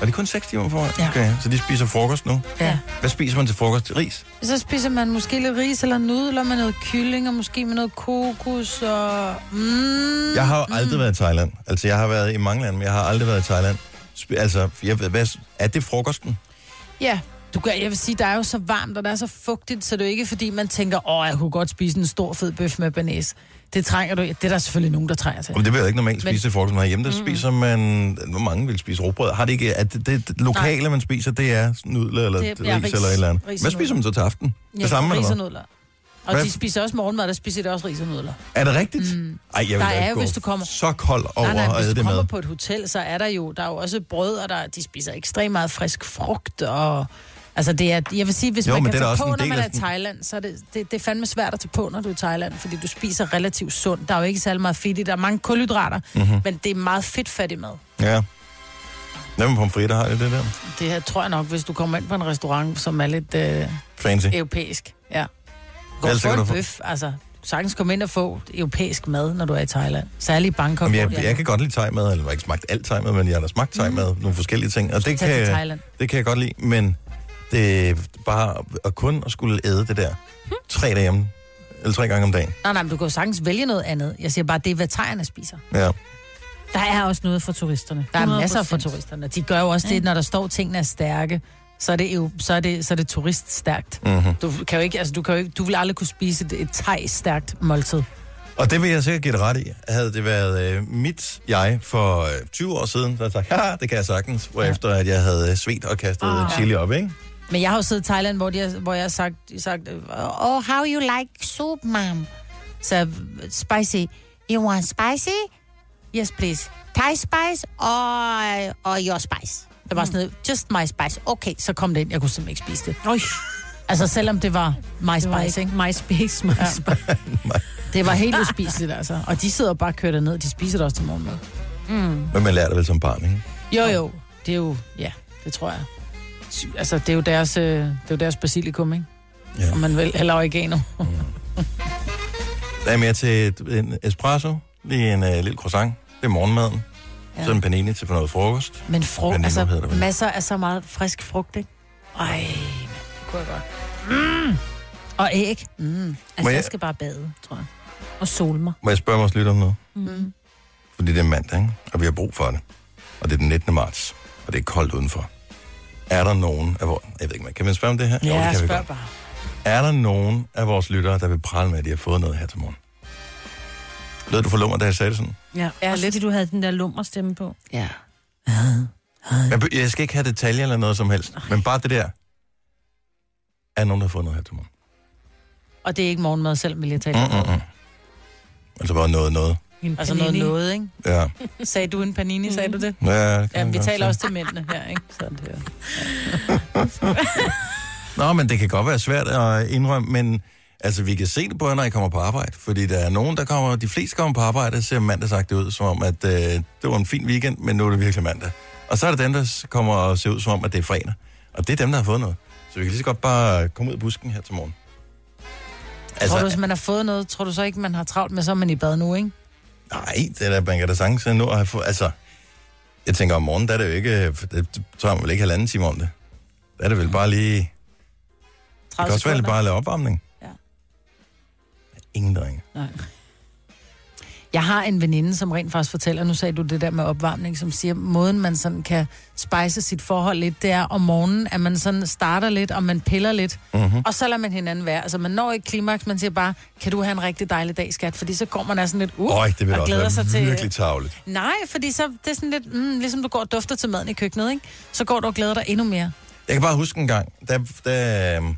Speaker 1: Er det kun 6 timer for mig?
Speaker 2: Ja.
Speaker 1: Okay, så de spiser frokost nu.
Speaker 2: Ja.
Speaker 1: Hvad spiser man til frokost? Ris?
Speaker 2: Så spiser man måske lidt ris eller nudler med noget kylling, og måske med noget kokos og... Mm.
Speaker 1: Jeg har jo aldrig været i Thailand. Altså, jeg har været i mange lande, men jeg har aldrig været i Thailand. Sp- altså, jeg, ved- hvad, er det frokosten?
Speaker 2: Ja, du kan, jeg vil sige, der er jo så varmt, og der er så fugtigt, så det er jo ikke, fordi man tænker, åh, jeg kunne godt spise en stor fed bøf med banæs. Det trænger du Det er der selvfølgelig nogen, der trænger til.
Speaker 1: Om det vil jeg ikke normalt
Speaker 2: Men- Mm.
Speaker 1: spise til frokost, når hjemme der spiser man... Hvor mange vil spise råbrød? Har det ikke... At det, det, det lokale, man spiser, det er nudler eller
Speaker 2: Det
Speaker 1: det,
Speaker 2: er-
Speaker 1: ris,
Speaker 2: ja, ris.
Speaker 1: eller et eller andet.
Speaker 2: Ris og
Speaker 1: Hvad spiser man så til aften?
Speaker 2: Ja,
Speaker 1: det samme,
Speaker 2: ris
Speaker 1: eller
Speaker 2: og
Speaker 1: hvad?
Speaker 2: nudler. Og
Speaker 1: Hvad-
Speaker 2: de spiser også morgenmad, der spiser de også ris og nudler.
Speaker 1: Er det rigtigt? Mm. Ej, jeg vil
Speaker 2: Der
Speaker 1: da
Speaker 2: er
Speaker 1: ikke
Speaker 2: jo,
Speaker 1: gå
Speaker 2: hvis du kommer-
Speaker 1: så kold over
Speaker 2: Nej, nej,
Speaker 1: og
Speaker 2: hvis
Speaker 1: æde
Speaker 2: du
Speaker 1: det
Speaker 2: kommer
Speaker 1: med.
Speaker 2: på et hotel, så er der jo, der er jo også brød, og der, de spiser ekstremt meget frisk frugt, og... Altså det er, jeg vil sige, hvis
Speaker 1: Jo,
Speaker 2: man
Speaker 1: men
Speaker 2: kan
Speaker 1: det er da også
Speaker 2: tage på,
Speaker 1: en
Speaker 2: når
Speaker 1: del
Speaker 2: man
Speaker 1: af
Speaker 2: er i
Speaker 1: sådan-
Speaker 2: Thailand, så er det, det, det er fandme svært at tage på, når du er i Thailand, fordi du spiser relativt sundt. Der er jo ikke særlig meget fedt i, der er mange kulhydrater,
Speaker 1: Mhm.
Speaker 2: mm-hmm. men det er meget fedtfattig mad.
Speaker 1: Ja. Hvad med pomfritter har det, det der?
Speaker 2: Det her tror jeg nok, hvis du kommer ind på en restaurant, som er lidt øh,
Speaker 1: Fancy.
Speaker 2: europæisk. Ja. Du kan
Speaker 1: Ellers
Speaker 2: få
Speaker 1: kan
Speaker 2: en
Speaker 1: du få-
Speaker 2: bøf, altså. Du kan sagtens komme ind og få europæisk mad, når du er i Thailand. Særligt i Bangkok.
Speaker 1: Jamen,
Speaker 2: hvor det
Speaker 1: jeg,
Speaker 2: er.
Speaker 1: jeg kan godt lide thajmad, eller jeg har ikke smagt alt thajmad, men jeg har da smagt thajmad, mm. nogle forskellige ting, og det
Speaker 2: Tag til
Speaker 1: kan,
Speaker 2: Thailand.
Speaker 1: det kan jeg godt lide, men det er bare at kun at skulle æde det der
Speaker 2: Hm?
Speaker 1: tre dage hjemme, eller tre gange om dagen.
Speaker 2: Nej, nej, men du kan jo sagtens vælge noget andet. Jeg siger bare, det er, hvad thaierne spiser.
Speaker 1: Ja.
Speaker 3: Der er også noget for turisterne.
Speaker 2: Der er 100%. masser for
Speaker 3: 100%.
Speaker 2: turisterne. De gør jo også det, når der står, at tingene er stærke. Så er det jo så er det, så er det turiststærkt. Mm-hmm. Du kan jo ikke, altså du kan jo ikke, du vil aldrig kunne spise et, et thai-stærkt måltid.
Speaker 1: Og det vil jeg sikkert give dig ret i. Havde det været øh, mit jeg for øh, 20 år siden, så havde jeg sagt, ja, det kan jeg sagtens, hvorefter at jeg havde øh, svedt og kastet
Speaker 2: Ah.
Speaker 1: oh. chili op, ikke?
Speaker 2: Men jeg har jo siddet i Thailand, hvor, de har, hvor jeg har sagt, sagt, oh, how you like soup, mom? Så spicy. You want spicy? Yes, please. Thai spice or, or your spice. Det var sådan noget, just my spice. Okay, så kom det ind. Jeg kunne simpelthen ikke spise det.
Speaker 3: Øj,
Speaker 2: Altså selvom det var my
Speaker 3: det var
Speaker 2: spice,
Speaker 3: ikke
Speaker 2: ikke?
Speaker 3: MySpace, MySpace. Ja.
Speaker 2: Det var helt uspiseligt, altså. Og de sidder og bare kører ned, og de spiser det også til morgenmad.
Speaker 1: Men man lærer det vel som barn, ikke?
Speaker 2: Jo, jo. Det er jo, ja, det tror jeg. Sy- Altså, det er jo deres, øh, det er jo deres basilikum, ikke?
Speaker 1: Ja.
Speaker 2: Om man vil, eller oregano.
Speaker 1: Der er mere til et- en espresso, lige en øh, lille croissant, det er morgenmaden, ja. så en panini til for noget frokost,
Speaker 2: Men frugt,
Speaker 1: Hvad nu
Speaker 2: altså
Speaker 1: hedder det, vel?
Speaker 2: masser af så meget frisk frugt, ikke? Ej, man, det kunne jeg godt. Mm. Og æg. Mm.
Speaker 1: Må
Speaker 3: Altså,
Speaker 1: jeg-
Speaker 3: jeg skal bare bade, tror jeg. Og sole mig.
Speaker 1: Må jeg spørge vores lytter om noget? Mm.
Speaker 2: Mm-hmm.
Speaker 1: Fordi det er mandag, ikke? og vi har brug for det. Og det er den 19. marts, og det er koldt udenfor. Er der nogen af vores... Jeg ved ikke, man- kan man spørge om det her? det
Speaker 2: Ja,
Speaker 1: kan vi
Speaker 2: spørg
Speaker 1: godt.
Speaker 2: bare.
Speaker 1: Er der nogen af vores lyttere, der vil prale med, at de har fået noget her til morgen? Lød du for lummer, da jeg sagde det sådan?
Speaker 3: Ja,
Speaker 2: Ja,
Speaker 3: ja også
Speaker 2: lidt.
Speaker 3: lidt. fordi du havde den der lummer stemme på.
Speaker 2: Ja.
Speaker 1: Jeg, be- jeg skal ikke have detaljer eller noget som helst, men bare det der. Er der nogen, der har fået noget her til morgen?
Speaker 2: Og det er ikke morgenmad selv, vil jeg tale om.
Speaker 1: Mm-mm. Altså bare noget, noget.
Speaker 3: En
Speaker 2: Altså noget
Speaker 3: panini.
Speaker 2: noget, ikke?
Speaker 1: Ja, ja,
Speaker 2: Sagde du en panini, sagde du det?
Speaker 1: det kan
Speaker 2: Ja,
Speaker 1: man
Speaker 2: vi
Speaker 1: godt
Speaker 2: taler
Speaker 1: se.
Speaker 2: også til mændene her, ikke? Mm. Sådan det er.
Speaker 1: Nå, men det kan godt være svært at indrømme, men altså, vi kan se det på, jer, når I kommer på arbejde. Fordi der er nogen, der kommer, de fleste kommer på arbejde, ser mandagsagtigt ud, som om, at øh, det var en fin weekend, men nu er det virkelig mandag. Og så er det dem, der s- kommer og ser ud, som om, at det er fredag. Og det er dem, der har fået noget. Så vi kan lige så godt bare komme ud af busken her til morgen.
Speaker 2: Altså, tror du, hvis
Speaker 1: Altså,
Speaker 2: man har fået noget, tror du så ikke, man har travlt med, så er man i bad nu, ikke?
Speaker 1: nej, det er da, man kan da sagtens nå at have fået, altså, jeg tænker, om morgenen, der er det jo ikke, øh, det tager man vel ikke halvanden time om det. Der er det vel bare lige, det
Speaker 2: 30
Speaker 1: kan også være
Speaker 2: sekunder.
Speaker 1: lidt bare at lave opvarmning.
Speaker 2: Ja.
Speaker 1: Ingen, der ringer.
Speaker 2: Jeg har en veninde, som rent faktisk fortæller, nu sagde du det der med opvarmning, som siger, måden man sådan kan spejse sit forhold lidt, det er om morgenen, at man sådan starter lidt, og man piller lidt,
Speaker 1: Mhm.
Speaker 2: mm-hmm. og så lader man hinanden være. Altså man når ikke klimaks, man siger bare, kan du have en rigtig dejlig dag, skat? Fordi så går man af sådan lidt, uh,
Speaker 1: Øj, det vil
Speaker 2: og
Speaker 1: også
Speaker 2: glæder
Speaker 1: være
Speaker 2: sig til...
Speaker 1: virkelig tavligt.
Speaker 2: Nej, fordi så det er sådan lidt, mm, ligesom du går og dufter til maden i køkkenet, ikke? Så går du og glæder dig endnu mere.
Speaker 1: Jeg kan bare huske en gang, der, der, øhm,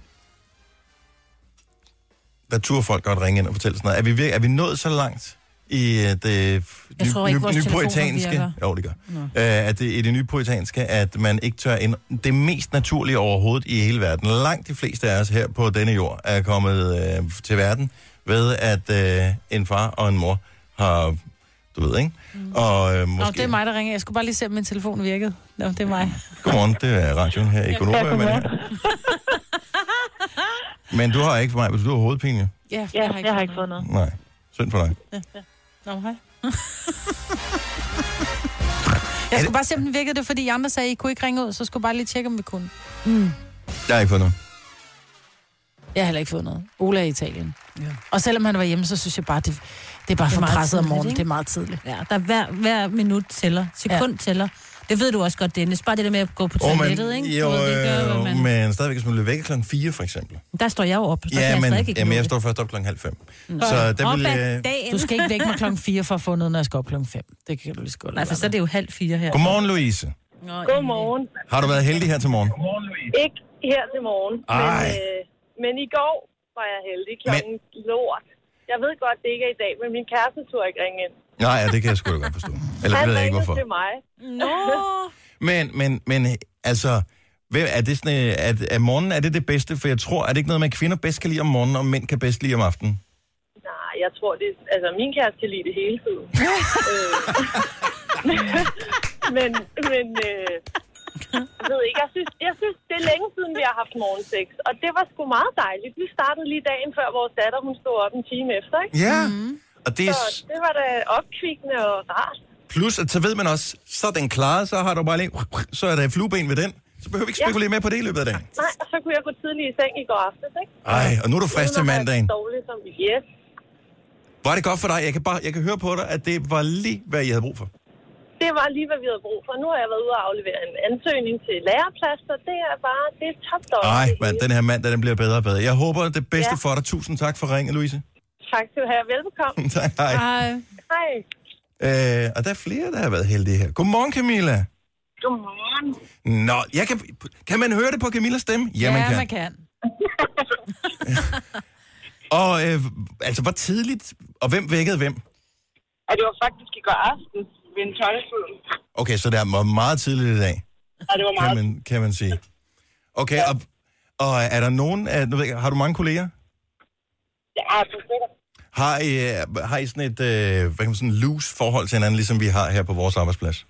Speaker 1: der turde folk godt ringe ind og fortælle sådan noget. Er vi, vir- er vi nået så langt i øh, det
Speaker 3: Jeg tror ikke, vores telefoner virker.
Speaker 1: Jo, det gør. Øh, at det, i det nye poetanske, at man ikke tør ind. Det mest naturlige overhovedet i hele verden. Langt de fleste af os her på denne jord er kommet øh, til verden ved, at øh, en far og en mor har... Du ved, ikke? Mm. Og, øh, måske...
Speaker 2: Nå, det er mig, der ringer. Jeg skulle bare lige se, om min telefon virkede. Nå, det er mig.
Speaker 1: Godmorgen, det er radioen her i Konoba. Ja, men, men du har ikke for mig, hvis du har hovedpine. jo.
Speaker 2: Ja,
Speaker 5: Ja, jeg har ikke, jeg har ikke fået noget.
Speaker 1: Nej, synd for dig.
Speaker 2: Nå, hej. Jeg skulle bare se, om den virkede det, fordi I andre sagde, at I kunne ikke ringe ud, så skulle jeg bare lige tjekke, om vi kunne.
Speaker 1: Jeg har ikke fået noget.
Speaker 2: Jeg har heller ikke fået noget. Ola er i Italien. Ja. Og selvom han var hjemme, så synes jeg bare, det, det er bare for
Speaker 3: meget
Speaker 2: presset om
Speaker 3: tidligt,
Speaker 2: morgenen.
Speaker 3: ikke?
Speaker 2: Det er meget tidligt.
Speaker 3: Ja, der hver, hver minut tæller. Sekund ja. tæller. Det ved du også godt, Dennis. Bare det der med at gå på
Speaker 1: Åh,
Speaker 3: toilettet, oh, ikke?
Speaker 1: Jo, øh,
Speaker 3: du ved, det gør,
Speaker 1: jo,
Speaker 3: hvad
Speaker 1: men,
Speaker 3: man...
Speaker 1: stadigvæk, hvis man bliver væk klokken 4, for eksempel.
Speaker 3: Der står jeg jo op. Der kan
Speaker 1: Ja,
Speaker 3: jeg
Speaker 1: men,
Speaker 3: stadig ikke
Speaker 1: jamen,
Speaker 3: nå
Speaker 1: jeg
Speaker 3: det.
Speaker 1: står først op klokken halv fem. Så det
Speaker 3: Op
Speaker 1: vil...
Speaker 3: ad
Speaker 1: Øh...
Speaker 3: dagen.
Speaker 2: Du skal ikke vække mig klokken 4 for at få noget, når jeg skal op klokken 5. Altså, Det kan du lige skåle.
Speaker 3: Nej, for så er det jo halv fire her.
Speaker 1: Godmorgen, Louise.
Speaker 3: Nå,
Speaker 5: Godmorgen.
Speaker 1: Har du været heldig her til morgen?
Speaker 5: Ikke her til morgen. Men,
Speaker 1: Ej.
Speaker 5: øh, men i går var jeg heldig klokken men... lort. Jeg ved godt, det ikke er i dag, men min kæreste turde ikke ringe ind.
Speaker 1: Nej, ja, det kan jeg sgu da godt forstå. Eller det
Speaker 5: Han
Speaker 1: ved jeg ikke,
Speaker 5: ringede
Speaker 1: hvorfor.
Speaker 5: til mig.
Speaker 3: Nå,
Speaker 1: Men, men, men altså, hvem, er det sådan, øh, at, at morgenen er det det bedste? For jeg tror, er det ikke noget med, at kvinder bedst kan lide om morgenen, og mænd kan bedst lide om aftenen?
Speaker 5: Nej, jeg tror, det altså min kæreste kan lide det hele tiden. øh, men, men øh, jeg ved ikke, jeg synes, jeg synes, det er længe siden, vi har haft morgensex. Og det var sgu meget dejligt. Vi startede lige dagen før vores datter, hun stod op en time efter, ikke?
Speaker 1: Ja. Mm-hmm. Og det er,
Speaker 5: Så
Speaker 1: s-
Speaker 5: det var da opkvikkende og rart.
Speaker 1: plus, at så ved man også, så er den klaret, så har du bare lige, så er der et flueben ved den. Så behøver vi ikke
Speaker 5: Ja.
Speaker 1: spekulere mere på det i løbet af dagen.
Speaker 5: Nej, og så kunne jeg gå tidligt i seng i går aftes, ikke?
Speaker 1: Ej, og nu er du frisk til
Speaker 5: Uden at have
Speaker 1: mandagen.
Speaker 5: det Dårligt som yes.
Speaker 1: Var det godt for dig? Jeg kan, bare, jeg kan høre på dig, at det var lige, hvad jeg havde brug for.
Speaker 5: Det var lige, hvad vi havde brug for. Nu har jeg været ude og aflevere en ansøgning til læreplads, så det er bare, det er top dog.
Speaker 1: Nej, mand, den her mandag, den bliver bedre og bedre. Jeg håber det bedste
Speaker 5: Ja.
Speaker 1: for dig. Tusind tak for ringen, Louise.
Speaker 5: Tak skal du have. Velbekomme.
Speaker 1: tak, hej.
Speaker 2: Ej.
Speaker 5: Hej.
Speaker 1: Øh, og der er flere, der har været heldige her. Godmorgen, Camilla.
Speaker 5: Godmorgen.
Speaker 1: Nå, jeg kan, kan man høre det på Camillas stemme? Ja, man
Speaker 2: ja,
Speaker 1: kan.
Speaker 2: man kan.
Speaker 1: Og øh, altså, hvor tidligt, og hvem vækkede hvem?
Speaker 5: Og det var faktisk i går aften ved en 12
Speaker 1: Okay, så det var meget tidligt i dag,
Speaker 5: Og det var
Speaker 1: kan man, kan man sige. Okay, og, og er der nogen, af, nu ved jeg, har du mange kolleger?
Speaker 5: Ja, det er sikkert.
Speaker 1: Har I, øh, har I sådan et øh, hvad kan man, sådan loose forhold til hinanden, ligesom vi har her på vores arbejdsplads?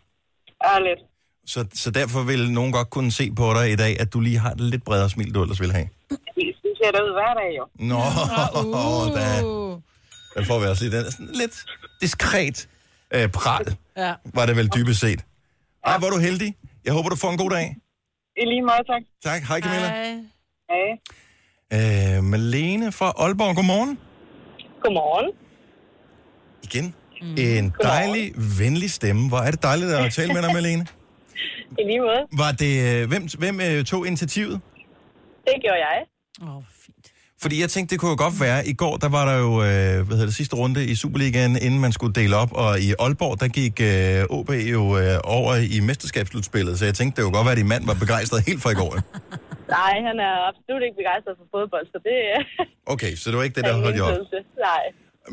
Speaker 5: Ja, lidt.
Speaker 1: Så, så derfor vil nogen godt kunne se på dig i dag, at du lige har et lidt bredere smil, du ellers ville have.
Speaker 5: Det ser der ud hver dag, jo.
Speaker 1: Nå, uh. da, den får vi også lige. Den er sådan lidt diskret øh, pral,
Speaker 2: Ja.
Speaker 1: var det vel dybest set. Ej, hvor er du heldig. Jeg håber, du får en god dag.
Speaker 5: I lige måde, tak.
Speaker 1: Tak. Hej, Camilla.
Speaker 2: Ej.
Speaker 5: Hej.
Speaker 1: Øh, Malene fra Aalborg, godmorgen.
Speaker 5: Godmorgen.
Speaker 1: Igen. Mm. En dejlig, venlig stemme. Hvor er det dejligt at tale med dig, Malene.
Speaker 5: I lige måde.
Speaker 1: Var det, øh, hvem, hvem øh, tog initiativet?
Speaker 5: Det gjorde jeg.
Speaker 3: Åh, oh, fint.
Speaker 1: Fordi jeg tænkte, det kunne jo godt være. I går, der var der jo, øh, hvad hedder det, sidste runde i Superligaen, inden man skulle dele op. Og i Aalborg, der gik øh, OB jo øh, over i mesterskabsslutspillet. Så jeg tænkte, det kunne godt være, at din mand var begejstret helt fra i går.
Speaker 5: Nej, han er absolut ikke begejstret for fodbold, så det er
Speaker 1: Okay, så det var ikke det,
Speaker 5: er
Speaker 1: der
Speaker 5: ingen
Speaker 1: holdt jer op.
Speaker 5: indflydelse. Nej.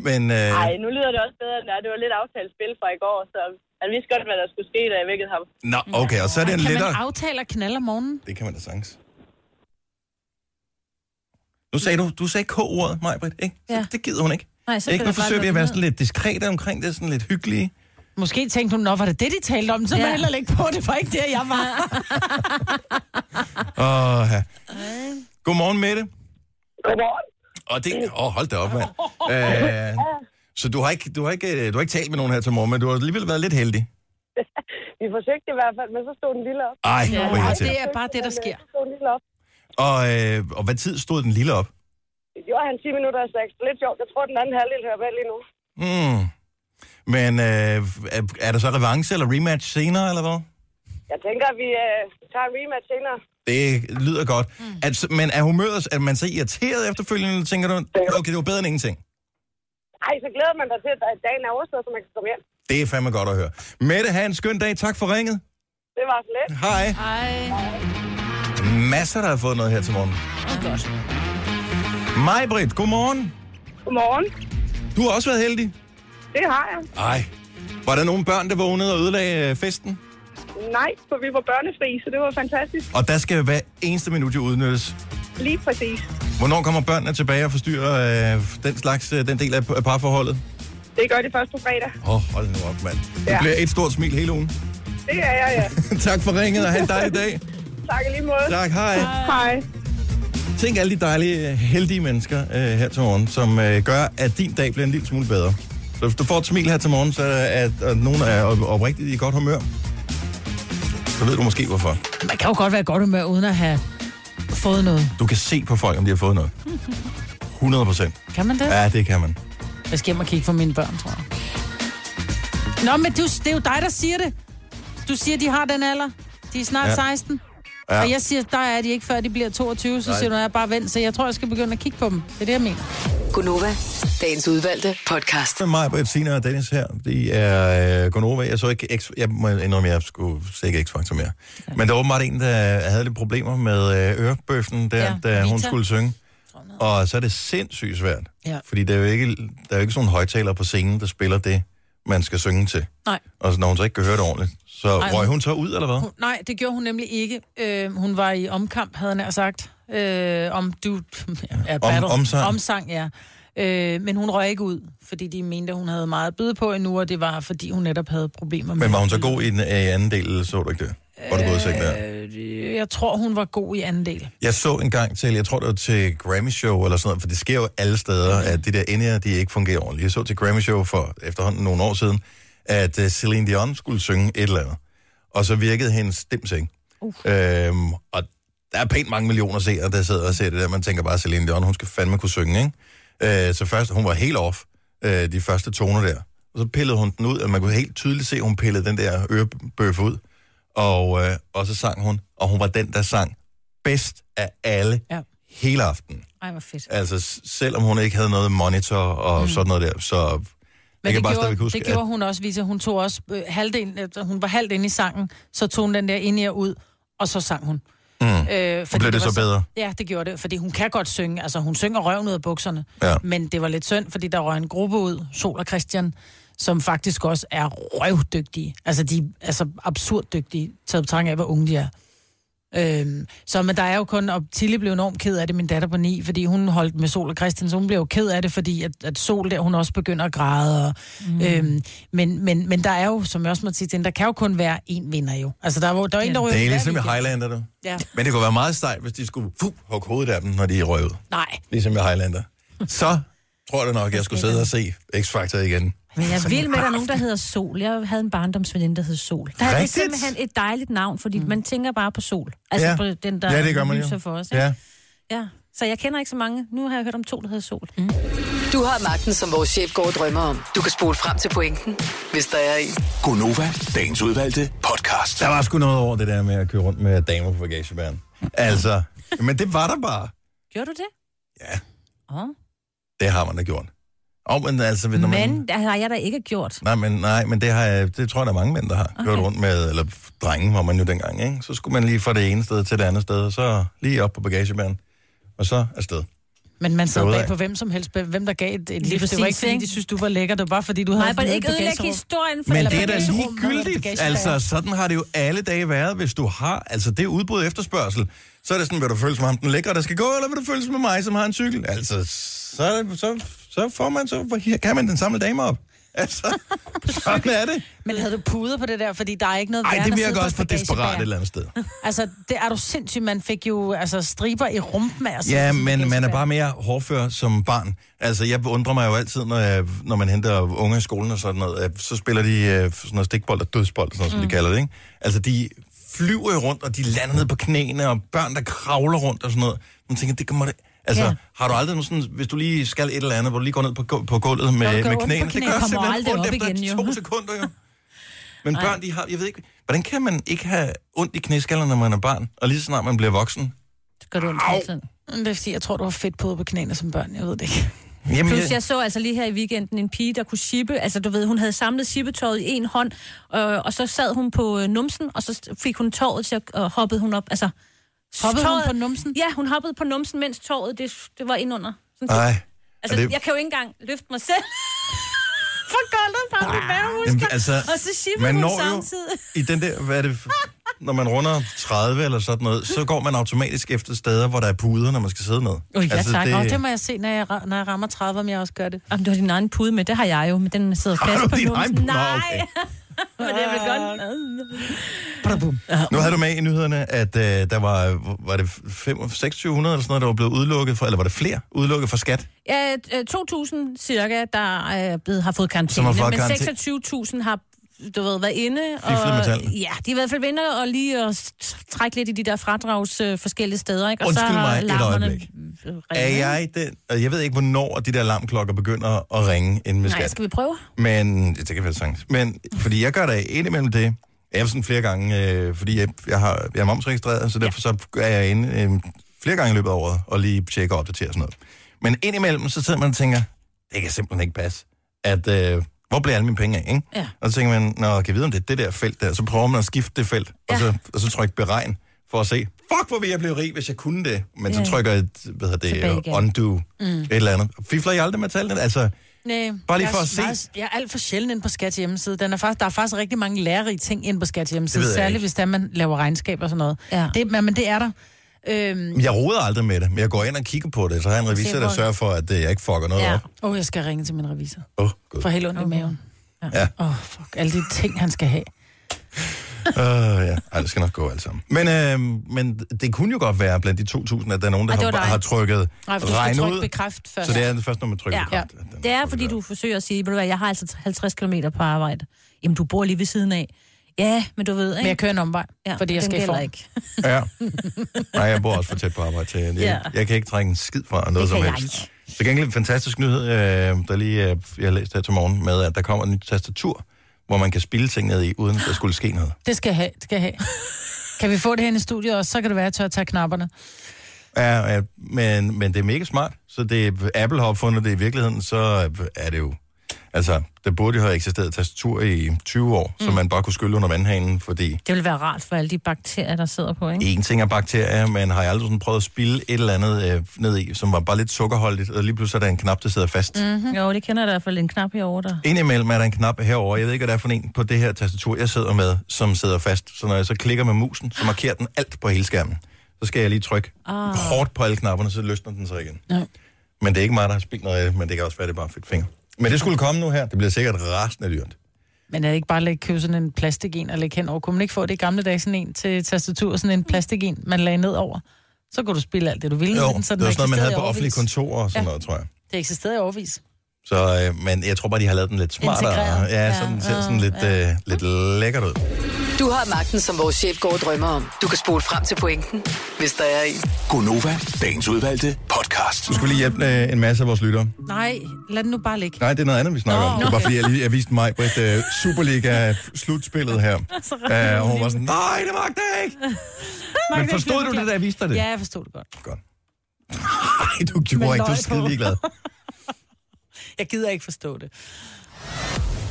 Speaker 1: Men, øh,
Speaker 5: Nej, nu lyder det også bedre, end det er. Det var lidt aftalt spil fra i går, så han vidste godt, hvad der skulle ske, da jeg vækkede ham.
Speaker 1: nå, okay, og så er det en
Speaker 2: Kan
Speaker 1: lettere...
Speaker 2: man aftale at knalde om morgenen?
Speaker 1: Det kan man da sagtens. Nu sagde du, du sagde K-ordet, Majbrit, ikke? Ja.
Speaker 3: Ja.
Speaker 1: Det gider hun ikke.
Speaker 3: Nej, så
Speaker 1: ikke? Nu
Speaker 3: kan det bare
Speaker 1: forsøger vi
Speaker 3: lukke
Speaker 1: at være
Speaker 3: ned.
Speaker 1: sådan lidt diskrete omkring det, sådan lidt hyggelige.
Speaker 2: Måske tænkte hun, nå, var det det, de talte om? Så ja.
Speaker 3: Ja.
Speaker 2: må jeg hellere lægge på, det var ikke der, jeg var.
Speaker 1: Åh, ja. Godmorgen, Mette.
Speaker 5: Godmorgen.
Speaker 1: Og det... Åh, oh, hold da op, mand. Øh, så du har, ikke, du, har ikke, øh, du har ikke talt med nogen her til morgen, men du har alligevel været lidt heldig.
Speaker 5: Vi forsøgte i hvert fald, men så stod den lille op.
Speaker 1: Ej, ja, hvor
Speaker 2: og
Speaker 1: irriterende.
Speaker 2: det er bare det, der sker.
Speaker 5: Så stod den lille op.
Speaker 1: Og, øh, og hvad tid stod den lille op?
Speaker 5: Det gjorde han 10 minutter af 6. Lidt sjovt. Jeg tror, den anden halvdel hører med lige nu.
Speaker 1: Mm. Men øh, er, er der så revanche eller rematch senere, eller hvad?
Speaker 5: Jeg tænker, at vi øh, tager en rematch senere.
Speaker 1: Det lyder godt. Mm. At, men er humøret, er man så irriteret efterfølgende, eller tænker du, okay, det var bedre end ingenting?
Speaker 5: Ej, så glæder man sig til, at dagen er overstået, så man kan komme hjem.
Speaker 1: Det er fandme godt at høre. Mette, have en skøn dag. Tak for ringet.
Speaker 5: Det var så let.
Speaker 1: Hej.
Speaker 2: Ej.
Speaker 1: Masser, der har fået noget her til morgen. Mig, Britt, godmorgen.
Speaker 5: Godmorgen.
Speaker 1: Du har også været heldig.
Speaker 5: Det har jeg.
Speaker 1: Ej. Var der nogle børn, der vågnede og ødelagde øh, festen?
Speaker 5: Nej, for vi var børnefri, så det var fantastisk.
Speaker 1: Og der skal hver eneste minut jo udnyttes.
Speaker 5: Lige præcis.
Speaker 1: Hvornår kommer børnene tilbage og forstyrrer øh, den slags, øh, den del af af parforholdet?
Speaker 5: Det gør det først på fredag.
Speaker 1: Åh, oh, hold nu op, mand. Det
Speaker 5: Ja.
Speaker 1: bliver et stort smil hele ugen.
Speaker 5: Det er jeg, ja.
Speaker 1: tak for ringet, og have en dejlig dag.
Speaker 5: Tak i lige måde.
Speaker 1: Tak, hej. hej.
Speaker 5: Hej.
Speaker 1: Tænk alle de dejlige, heldige mennesker øh, her til morgen, som øh, gør, at din dag bliver en lille smule bedre. Så hvis du får et smil her til morgen, så er at, at nogen er op- oprigtigt i godt humør. Så ved du måske hvorfor.
Speaker 2: Man kan jo godt være i godt humør, uden at have fået noget.
Speaker 1: Du kan se på folk, om de har fået noget. 100 procent.
Speaker 2: Kan man det? Ja.
Speaker 1: Ja, det kan man.
Speaker 2: Jeg skal hjem og kigge for mine børn, tror jeg. Nå, men du, det er jo dig, der siger det. Du siger, de har den alder. De er snart
Speaker 1: Ja.
Speaker 2: ja. 16.
Speaker 1: Ja.
Speaker 2: Ja. Og jeg siger, der er de ikke, før de bliver 22. Så
Speaker 1: Nej.
Speaker 2: Nej. siger du, at jeg bare vent, så jeg tror, jeg skal begynde at kigge på dem. Det er det, jeg mener.
Speaker 7: Gunova, dagens udvalgte podcast.
Speaker 1: Med mig, Britt, Sina og Dennis her. De er øh, Gonova. Jeg så ikke X... Jeg må indrømme, jeg skulle se ikke X-Factor mere. Men der var åbenbart en, der havde lidt problemer med øh, ørebøffen, der, ja,
Speaker 2: Ja,
Speaker 1: da hun
Speaker 2: Vita.
Speaker 1: skulle synge. Og så er det sindssygt svært.
Speaker 2: Ja.
Speaker 1: Fordi der er jo ikke, der er jo ikke sådan højtaler på scenen, der spiller det, man skal synge til.
Speaker 2: Nej.
Speaker 1: Og så, når hun så ikke kan høre det ordentligt, så Ej,
Speaker 2: Ej,
Speaker 1: røg
Speaker 2: hun-
Speaker 1: hun så ud, eller hvad?
Speaker 2: Hun, nej, det gjorde hun nemlig ikke. Øh, hun var i omkamp, havde han nær sagt. Øh, om du... Ja, battle.
Speaker 1: omsang.
Speaker 2: Omsang, ja. Øh, men hun røg ikke ud, fordi de mente, at hun havde meget at byde på endnu, og det var, fordi hun netop havde problemer med...
Speaker 1: Men var hun så god i den øh, anden del, eller så du ikke det? Var du gået i seng der?
Speaker 2: Øh, Jeg tror, hun var god i anden del.
Speaker 1: Jeg så en gang til, jeg tror det var til Grammy Show eller sådan noget, for det sker jo alle steder, at de der indere, de ikke fungerer ordentligt. Jeg så til Grammy Show for efterhånden nogle år siden, at øh, Celine Dion skulle synge et eller andet, og så virkede hendes dims ikke. Uh. Øhm, og der er pænt mange millioner seere, der sidder og ser det der. Man tænker bare, Celine Dion, hun skal fandme kunne synge, ikke? Øh, så først, hun var helt off, øh, de første toner der. Og så pillede hun den ud, og man kunne helt tydeligt se, at hun pillede den der ørebøf ud. Og, øh, og så sang hun, og hun var den, der sang bedst af alle ja.
Speaker 2: Ja.
Speaker 1: hele aftenen.
Speaker 2: Ej, hvor fedt.
Speaker 1: Altså, s- selvom hun ikke havde noget monitor og mm. sådan noget der, så... Men
Speaker 2: Men det, gjorde, det gjorde hun også, Visa. Hun tog også øh, halvdelen, øh, hun var halvt inde i sangen, så tog hun den der ind i og ud, og så sang hun. Mm. Øh, fordi
Speaker 1: blev det
Speaker 2: var
Speaker 1: så bedre?
Speaker 2: Ja, det gjorde det, fordi hun kan godt synge. Altså, hun synger røven ud af bukserne.
Speaker 1: Ja.
Speaker 2: Men det var lidt synd, fordi der røg en gruppe ud, Sol og Christian, som faktisk også er røvdygtige. Altså, de er altså, absurd dygtige, taget betragtning af, hvor unge de er. Øhm, så men der er jo kun, og Tilly blev enormt ked af det, min datter på 9, fordi hun holdt med Sol og Christian, så hun blev jo ked af det, fordi at, at Sol der, hun også begynder at græde. Og, mm. øhm, men, men, men der er jo, som jeg også må sige til hende, der kan jo kun være én vinder jo. Altså der er, jo- der er jo en, der ryger
Speaker 1: Det
Speaker 2: ud
Speaker 1: er
Speaker 2: hver
Speaker 1: ligesom i
Speaker 2: weekend.
Speaker 1: Highlander, du.
Speaker 2: Ja.
Speaker 1: Men det kunne være meget stejt, hvis de skulle fuh, hugge hovedet af dem, når de røg ud.
Speaker 2: Nej,
Speaker 1: Ligesom i Highlander. Så tror jeg da nok, jeg skulle sidde og se X-Factor igen.
Speaker 3: Men jeg vil med, at der er nogen, der hedder Sol. Jeg havde en barndomsveninde, der hed Sol. Der er det
Speaker 1: Rigtigt?
Speaker 3: simpelthen et dejligt navn, fordi mm. man tænker bare på sol. Altså på den, der
Speaker 1: ja, det gør man
Speaker 3: lyser
Speaker 1: jo.
Speaker 3: for os. Ikke?
Speaker 1: Ja.
Speaker 3: ja. Så jeg kender ikke så mange. Nu har jeg hørt om to, der hedder Sol. Mm.
Speaker 7: Du har magten, som vores chef går og drømmer om. Du kan spole frem til pointen, hvis der er en.
Speaker 6: Gonova, dagens udvalgte podcast.
Speaker 1: Der var sgu noget over det der med at køre rundt med damer på bagagebæren. Altså, men det var der bare.
Speaker 3: Gjorde du det?
Speaker 1: Ja,
Speaker 3: Oh.
Speaker 1: det har man da gjort. Og, men altså, når man...
Speaker 3: Men det har jeg da ikke gjort.
Speaker 1: Nej, men, nej, men det, har jeg, det tror jeg, der er mange mænd, der har okay. kørt rundt med, eller drenge var man jo dengang, ikke? Så skulle man lige fra det ene sted til det andet sted, og så lige op på bagagebæren, og så afsted.
Speaker 2: men man sad
Speaker 1: Derudad.
Speaker 2: bag på hvem som helst, hvem der gav et, et
Speaker 3: Lige
Speaker 2: lift. Det var ikke,
Speaker 3: præcis,
Speaker 2: fordi
Speaker 3: ikke?
Speaker 2: de synes, du var lækker, det var bare, fordi du havde...
Speaker 3: Nej, men
Speaker 2: noget
Speaker 3: ikke ødelægge
Speaker 2: bagagerum.
Speaker 3: historien. For
Speaker 1: Men
Speaker 3: eller
Speaker 1: det er da
Speaker 3: bagagerum.
Speaker 1: ligegyldigt.
Speaker 2: bagagerum.
Speaker 1: Altså, sådan har det jo alle dage været, hvis du har, altså det er udbud og efterspørgsel. Så er det sådan, vil du føles med ham den lækre, der skal gå, eller vil du føles med mig, som har en cykel? Altså, så, så, så får man, så kan man den samme dame op. Altså, sådan er det.
Speaker 2: Men havde du puder på det der, fordi der er ikke noget
Speaker 1: Ej,
Speaker 2: værre, end
Speaker 1: det
Speaker 2: at sidde
Speaker 1: virker
Speaker 2: på
Speaker 1: også for
Speaker 2: et
Speaker 1: desperat et
Speaker 2: bagagebær.
Speaker 1: eller andet sted.
Speaker 2: Altså, det er du sindssyg, man fik jo altså, striber i rumpen af at sidde
Speaker 1: Ja,
Speaker 2: på sådan
Speaker 1: men
Speaker 2: en
Speaker 1: man er
Speaker 2: bagagebær.
Speaker 1: bare mere hårdfør som barn. Altså, jeg undrer mig jo altid, når, jeg, når man henter unge i skolen og sådan noget, at så spiller de øh, sådan noget stikbold og dødsbold, sådan noget,
Speaker 3: Mm.
Speaker 1: som de kalder det, ikke? Altså, de flyver jo rundt, og de lander ned på knæene, og børn, der kravler rundt og sådan noget. Man tænker, det kommer det... Altså, ja.
Speaker 3: Ja.
Speaker 1: har du aldrig nogen sådan, hvis du lige skal et eller andet, hvor du lige går ned på, gu- på gulvet med,
Speaker 3: Når du går
Speaker 1: med
Speaker 3: ondt på
Speaker 1: knæene, det
Speaker 3: knæ,
Speaker 1: gør
Speaker 3: kommer
Speaker 1: simpelthen
Speaker 3: aldrig
Speaker 1: ondt
Speaker 3: op
Speaker 1: efter
Speaker 3: igen, jo.
Speaker 1: to sekunder, jo. Men børn, de har, jeg ved ikke, hvordan kan man ikke have ondt i knæskallerne, når man er barn, og lige så snart man bliver voksen?
Speaker 3: Det gør du ondt hele tiden.
Speaker 2: Men Det er fordi, jeg tror, du har fedt på på knæene som børn, jeg ved det ikke.
Speaker 1: Jamen,
Speaker 3: Plus, jeg så altså lige her i weekenden en pige, der kunne shippe. Altså, du ved, hun havde samlet shippetøjet i en hånd, øh, og så sad hun på øh, numsen, og så fik hun tøjet til at og hoppede hun op. Altså,
Speaker 2: Hoppede hun på numsen?
Speaker 3: Ja, hun hoppede på numsen, mens tøjet det, det var indunder. Sådan,
Speaker 1: Ej.
Speaker 3: altså,
Speaker 1: Ah, er det-
Speaker 3: det... jeg kan jo ikke engang løfte mig selv. For gulvet fra mit
Speaker 1: Jamen,
Speaker 3: mavehusker.
Speaker 1: altså,
Speaker 3: og så shippede
Speaker 1: man
Speaker 3: hun
Speaker 1: når jo
Speaker 3: samtidig.
Speaker 1: i den der, hvad er det, når man runder 30 eller sådan noget, så går man automatisk efter steder, hvor der er puder, når man skal sidde ned. Altså,
Speaker 3: Åh, ja, tak.
Speaker 2: Nå,
Speaker 1: Øh.
Speaker 2: det må jeg se, når jeg, ra- når jeg rammer 30, om jeg også gør det.
Speaker 3: Jamen, du har din egen pude med, det har jeg jo, men den sidder
Speaker 1: Har du
Speaker 3: fast på
Speaker 1: din egen
Speaker 3: numsen.
Speaker 1: pude? Nå,
Speaker 3: Nej,
Speaker 1: okay.
Speaker 3: men det er vel godt.
Speaker 2: Ah,
Speaker 1: Nu havde du med i nyhederne, at øh, der var, var det 5, 2600 eller sådan noget, der var blevet udelukket fra, eller var det flere udelukket fra skat?
Speaker 3: Ja, øh, 2.000 cirka, der øh, blevet, har fået karantæne,
Speaker 1: Som har fået
Speaker 3: men
Speaker 1: karantæ-
Speaker 3: 26.000 har du ved, været inde.
Speaker 1: Fiflet med tallene.
Speaker 3: Ja, de er i hvert fald venner og lige at s- trække lidt i de der fradrags øh, forskellige steder. Ikke? Og
Speaker 1: Undskyld
Speaker 3: så har
Speaker 1: mig et
Speaker 3: larmerne,
Speaker 1: øjeblik.
Speaker 3: øh,
Speaker 1: Er
Speaker 3: ringet.
Speaker 1: jeg den? og Jeg ved ikke, hvornår de der alarmklokker begynder at ringe inden med
Speaker 3: Nej,
Speaker 1: skat.
Speaker 3: skal vi prøve?
Speaker 1: Men det kan være sangs. Men fordi jeg gør da indimellem det. Jeg er sådan flere gange, øh, fordi jeg, jeg, har, jeg er momsregistreret, så derfor så er jeg inde øh, flere gange i løbet af året og lige tjekker og opdaterer og sådan noget. Men indimellem, så sidder man og tænker, det kan simpelthen ikke passe, at øh, hvor bliver alle mine penge af, ikke?
Speaker 3: Ja.
Speaker 1: Og så tænker man, nå, kan jeg vide, om det er det der felt der? Så prøver man at skifte det felt, ja. og,
Speaker 3: Ja.
Speaker 1: så, og så trykker beregn for at se, fuck, hvor ville jeg blive rig, hvis jeg kunne det. Men
Speaker 3: Ja.
Speaker 1: så trykker jeg, et, hvad hedder
Speaker 3: Tilbage
Speaker 1: det,
Speaker 3: igen.
Speaker 1: undo, mm. et eller andet. Fifler I aldrig med tallene? Altså,
Speaker 2: Nej,
Speaker 1: Bare lige
Speaker 2: jeg
Speaker 1: for
Speaker 2: er
Speaker 1: at se.
Speaker 2: Meget, jeg er alt for sjældent inde på Skats hjemmeside. Den er faktisk, der er faktisk rigtig mange lærerige ting inde på Skats hjemmeside,
Speaker 1: Det ved jeg
Speaker 2: særligt
Speaker 1: ikke.
Speaker 2: hvis der man laver regnskab og sådan noget.
Speaker 3: Ja.
Speaker 2: Det, men, men det er der. Øhm,
Speaker 1: Jeg roder aldrig med det, men jeg går ind og kigger på det, så har jeg en revisor, der
Speaker 3: hvor-
Speaker 1: sørger for, at øh, jeg ikke fucker noget
Speaker 3: Ja.
Speaker 1: ja. op.
Speaker 2: Åh, oh, jeg skal ringe til min revisor.
Speaker 1: Åh, oh,
Speaker 2: For
Speaker 1: gud.
Speaker 2: helt ondt okay. i maven.
Speaker 1: Ja.
Speaker 2: Åh, oh, fuck. Alle de ting, han skal have.
Speaker 1: Uh, ja. Ej, det skal nok gå alt sammen. Men, øh, men det kunne jo godt være blandt de 2.000, at der er nogen, der
Speaker 3: Ej, det
Speaker 1: har,
Speaker 3: var dig.
Speaker 1: har trykket
Speaker 2: Nej, for du skal
Speaker 1: regn
Speaker 2: trykke
Speaker 1: ud.
Speaker 2: bekræft først.
Speaker 1: Så det er det første, når man trykker
Speaker 3: Ja.
Speaker 1: bekræft. at den
Speaker 3: Det er,
Speaker 1: trykker
Speaker 3: fordi
Speaker 1: der.
Speaker 3: du forsøger at sige, "Ved du hvad, jeg har altså 50 km på arbejde. Jamen, du bor lige ved siden af. Ja, men du ved, ikke?
Speaker 2: Men jeg kører en omvej, ja, fordi jeg
Speaker 3: den
Speaker 2: skal i
Speaker 3: gælder
Speaker 2: form.
Speaker 3: ikke. Det
Speaker 1: Ja. Nej, jeg bor også for tæt på arbejde til. Jeg,
Speaker 3: Ja.
Speaker 1: jeg kan ikke trække en skid fra noget som
Speaker 3: kan jeg
Speaker 1: helst.
Speaker 3: ikke.
Speaker 1: Til gengæld en fantastisk nyhed, øh, der lige øh, jeg læste her til morgen, med at der kommer en ny tastatur, hvor man kan spille ting ned i, uden at der skulle ske noget.
Speaker 2: Det skal jeg have. Det skal jeg have. kan vi få det her i studiet også, så kan det være, at jeg tør at tage knapperne.
Speaker 1: Ja, ja men, men det er mega smart. Så det, Apple har opfundet det i virkeligheden, så er det jo... Altså, der burde jo have eksisteret tastatur i 20 år, mm. så man bare kunne skylle under vandhanen, fordi
Speaker 3: ville være rart for alle de bakterier, der sidder på, ikke?
Speaker 1: en ting er bakterier, men har jeg aldrig sådan prøvet at spille et eller andet øh, ned i, som var bare lidt sukkerholdigt, og lige pludselig er der en knap, der sidder fast. Mm.
Speaker 3: Mm-hmm. Jo, det kender jeg i hvert fald en knap herovre, der...
Speaker 1: Indimellem er der en knap herover. Jeg ved ikke, hvad det er for en på det her tastatur, jeg sidder med, som sidder fast. Så når jeg så klikker med musen, så markerer den alt på hele skærmen. Så skal jeg lige trykke ah. hårdt på alle knapperne, så løsner den sig igen.
Speaker 2: Ja.
Speaker 1: Men det er ikke mig, der har spildt noget af det, men det kan også være, det er bare fedt finger. Men det skulle komme nu her. Det bliver sikkert rasende dyrt.
Speaker 2: Mm, Men er det ikke bare at lægge købe sådan en plastik en og lægge henover? Kunne man ikke få det i gamle dage, sådan en til tastatur, sådan en plastik en, man lagde ned over? Så kunne du spille alt det, du ville.
Speaker 1: Jo,
Speaker 2: med
Speaker 1: det var
Speaker 2: den, så
Speaker 1: sådan
Speaker 2: den
Speaker 1: noget, man
Speaker 2: eksisterede
Speaker 1: havde
Speaker 2: i
Speaker 1: på
Speaker 2: årevis.
Speaker 1: offentlige kontorer og sådan
Speaker 2: Ja.
Speaker 1: noget, tror jeg.
Speaker 2: Det eksisterede i overvis.
Speaker 1: Så, øh, men jeg tror bare, de har lavet den lidt smartere.
Speaker 2: Integreret.
Speaker 1: Ja, så den ser sådan lidt, øh, lidt lækkert ud.
Speaker 7: Du har magten, som vores chef går og drømmer om. Du kan spole frem til pointen, hvis der er en.
Speaker 6: Gonova, dagens udvalgte podcast.
Speaker 1: Nu skal vi lige hjælpe øh, en masse af vores lyttere.
Speaker 2: Nej, lad den nu bare ligge.
Speaker 1: Nej, det er noget andet, vi snakker
Speaker 2: Nå,
Speaker 1: om. Det var bare
Speaker 2: okay.
Speaker 1: fordi, jeg lige jeg viste mig på et øh, Superliga-slutspillet her. Øh, og hun var sådan, nej, det magter jeg ikke. Men forstod du det, da jeg viste dig det?
Speaker 2: Ja, jeg forstod det godt.
Speaker 1: Godt. Nej, du gjorde
Speaker 2: Med
Speaker 1: ikke. Du er
Speaker 2: løg på.
Speaker 1: skide ligeglad.
Speaker 2: Jeg gider ikke forstå det.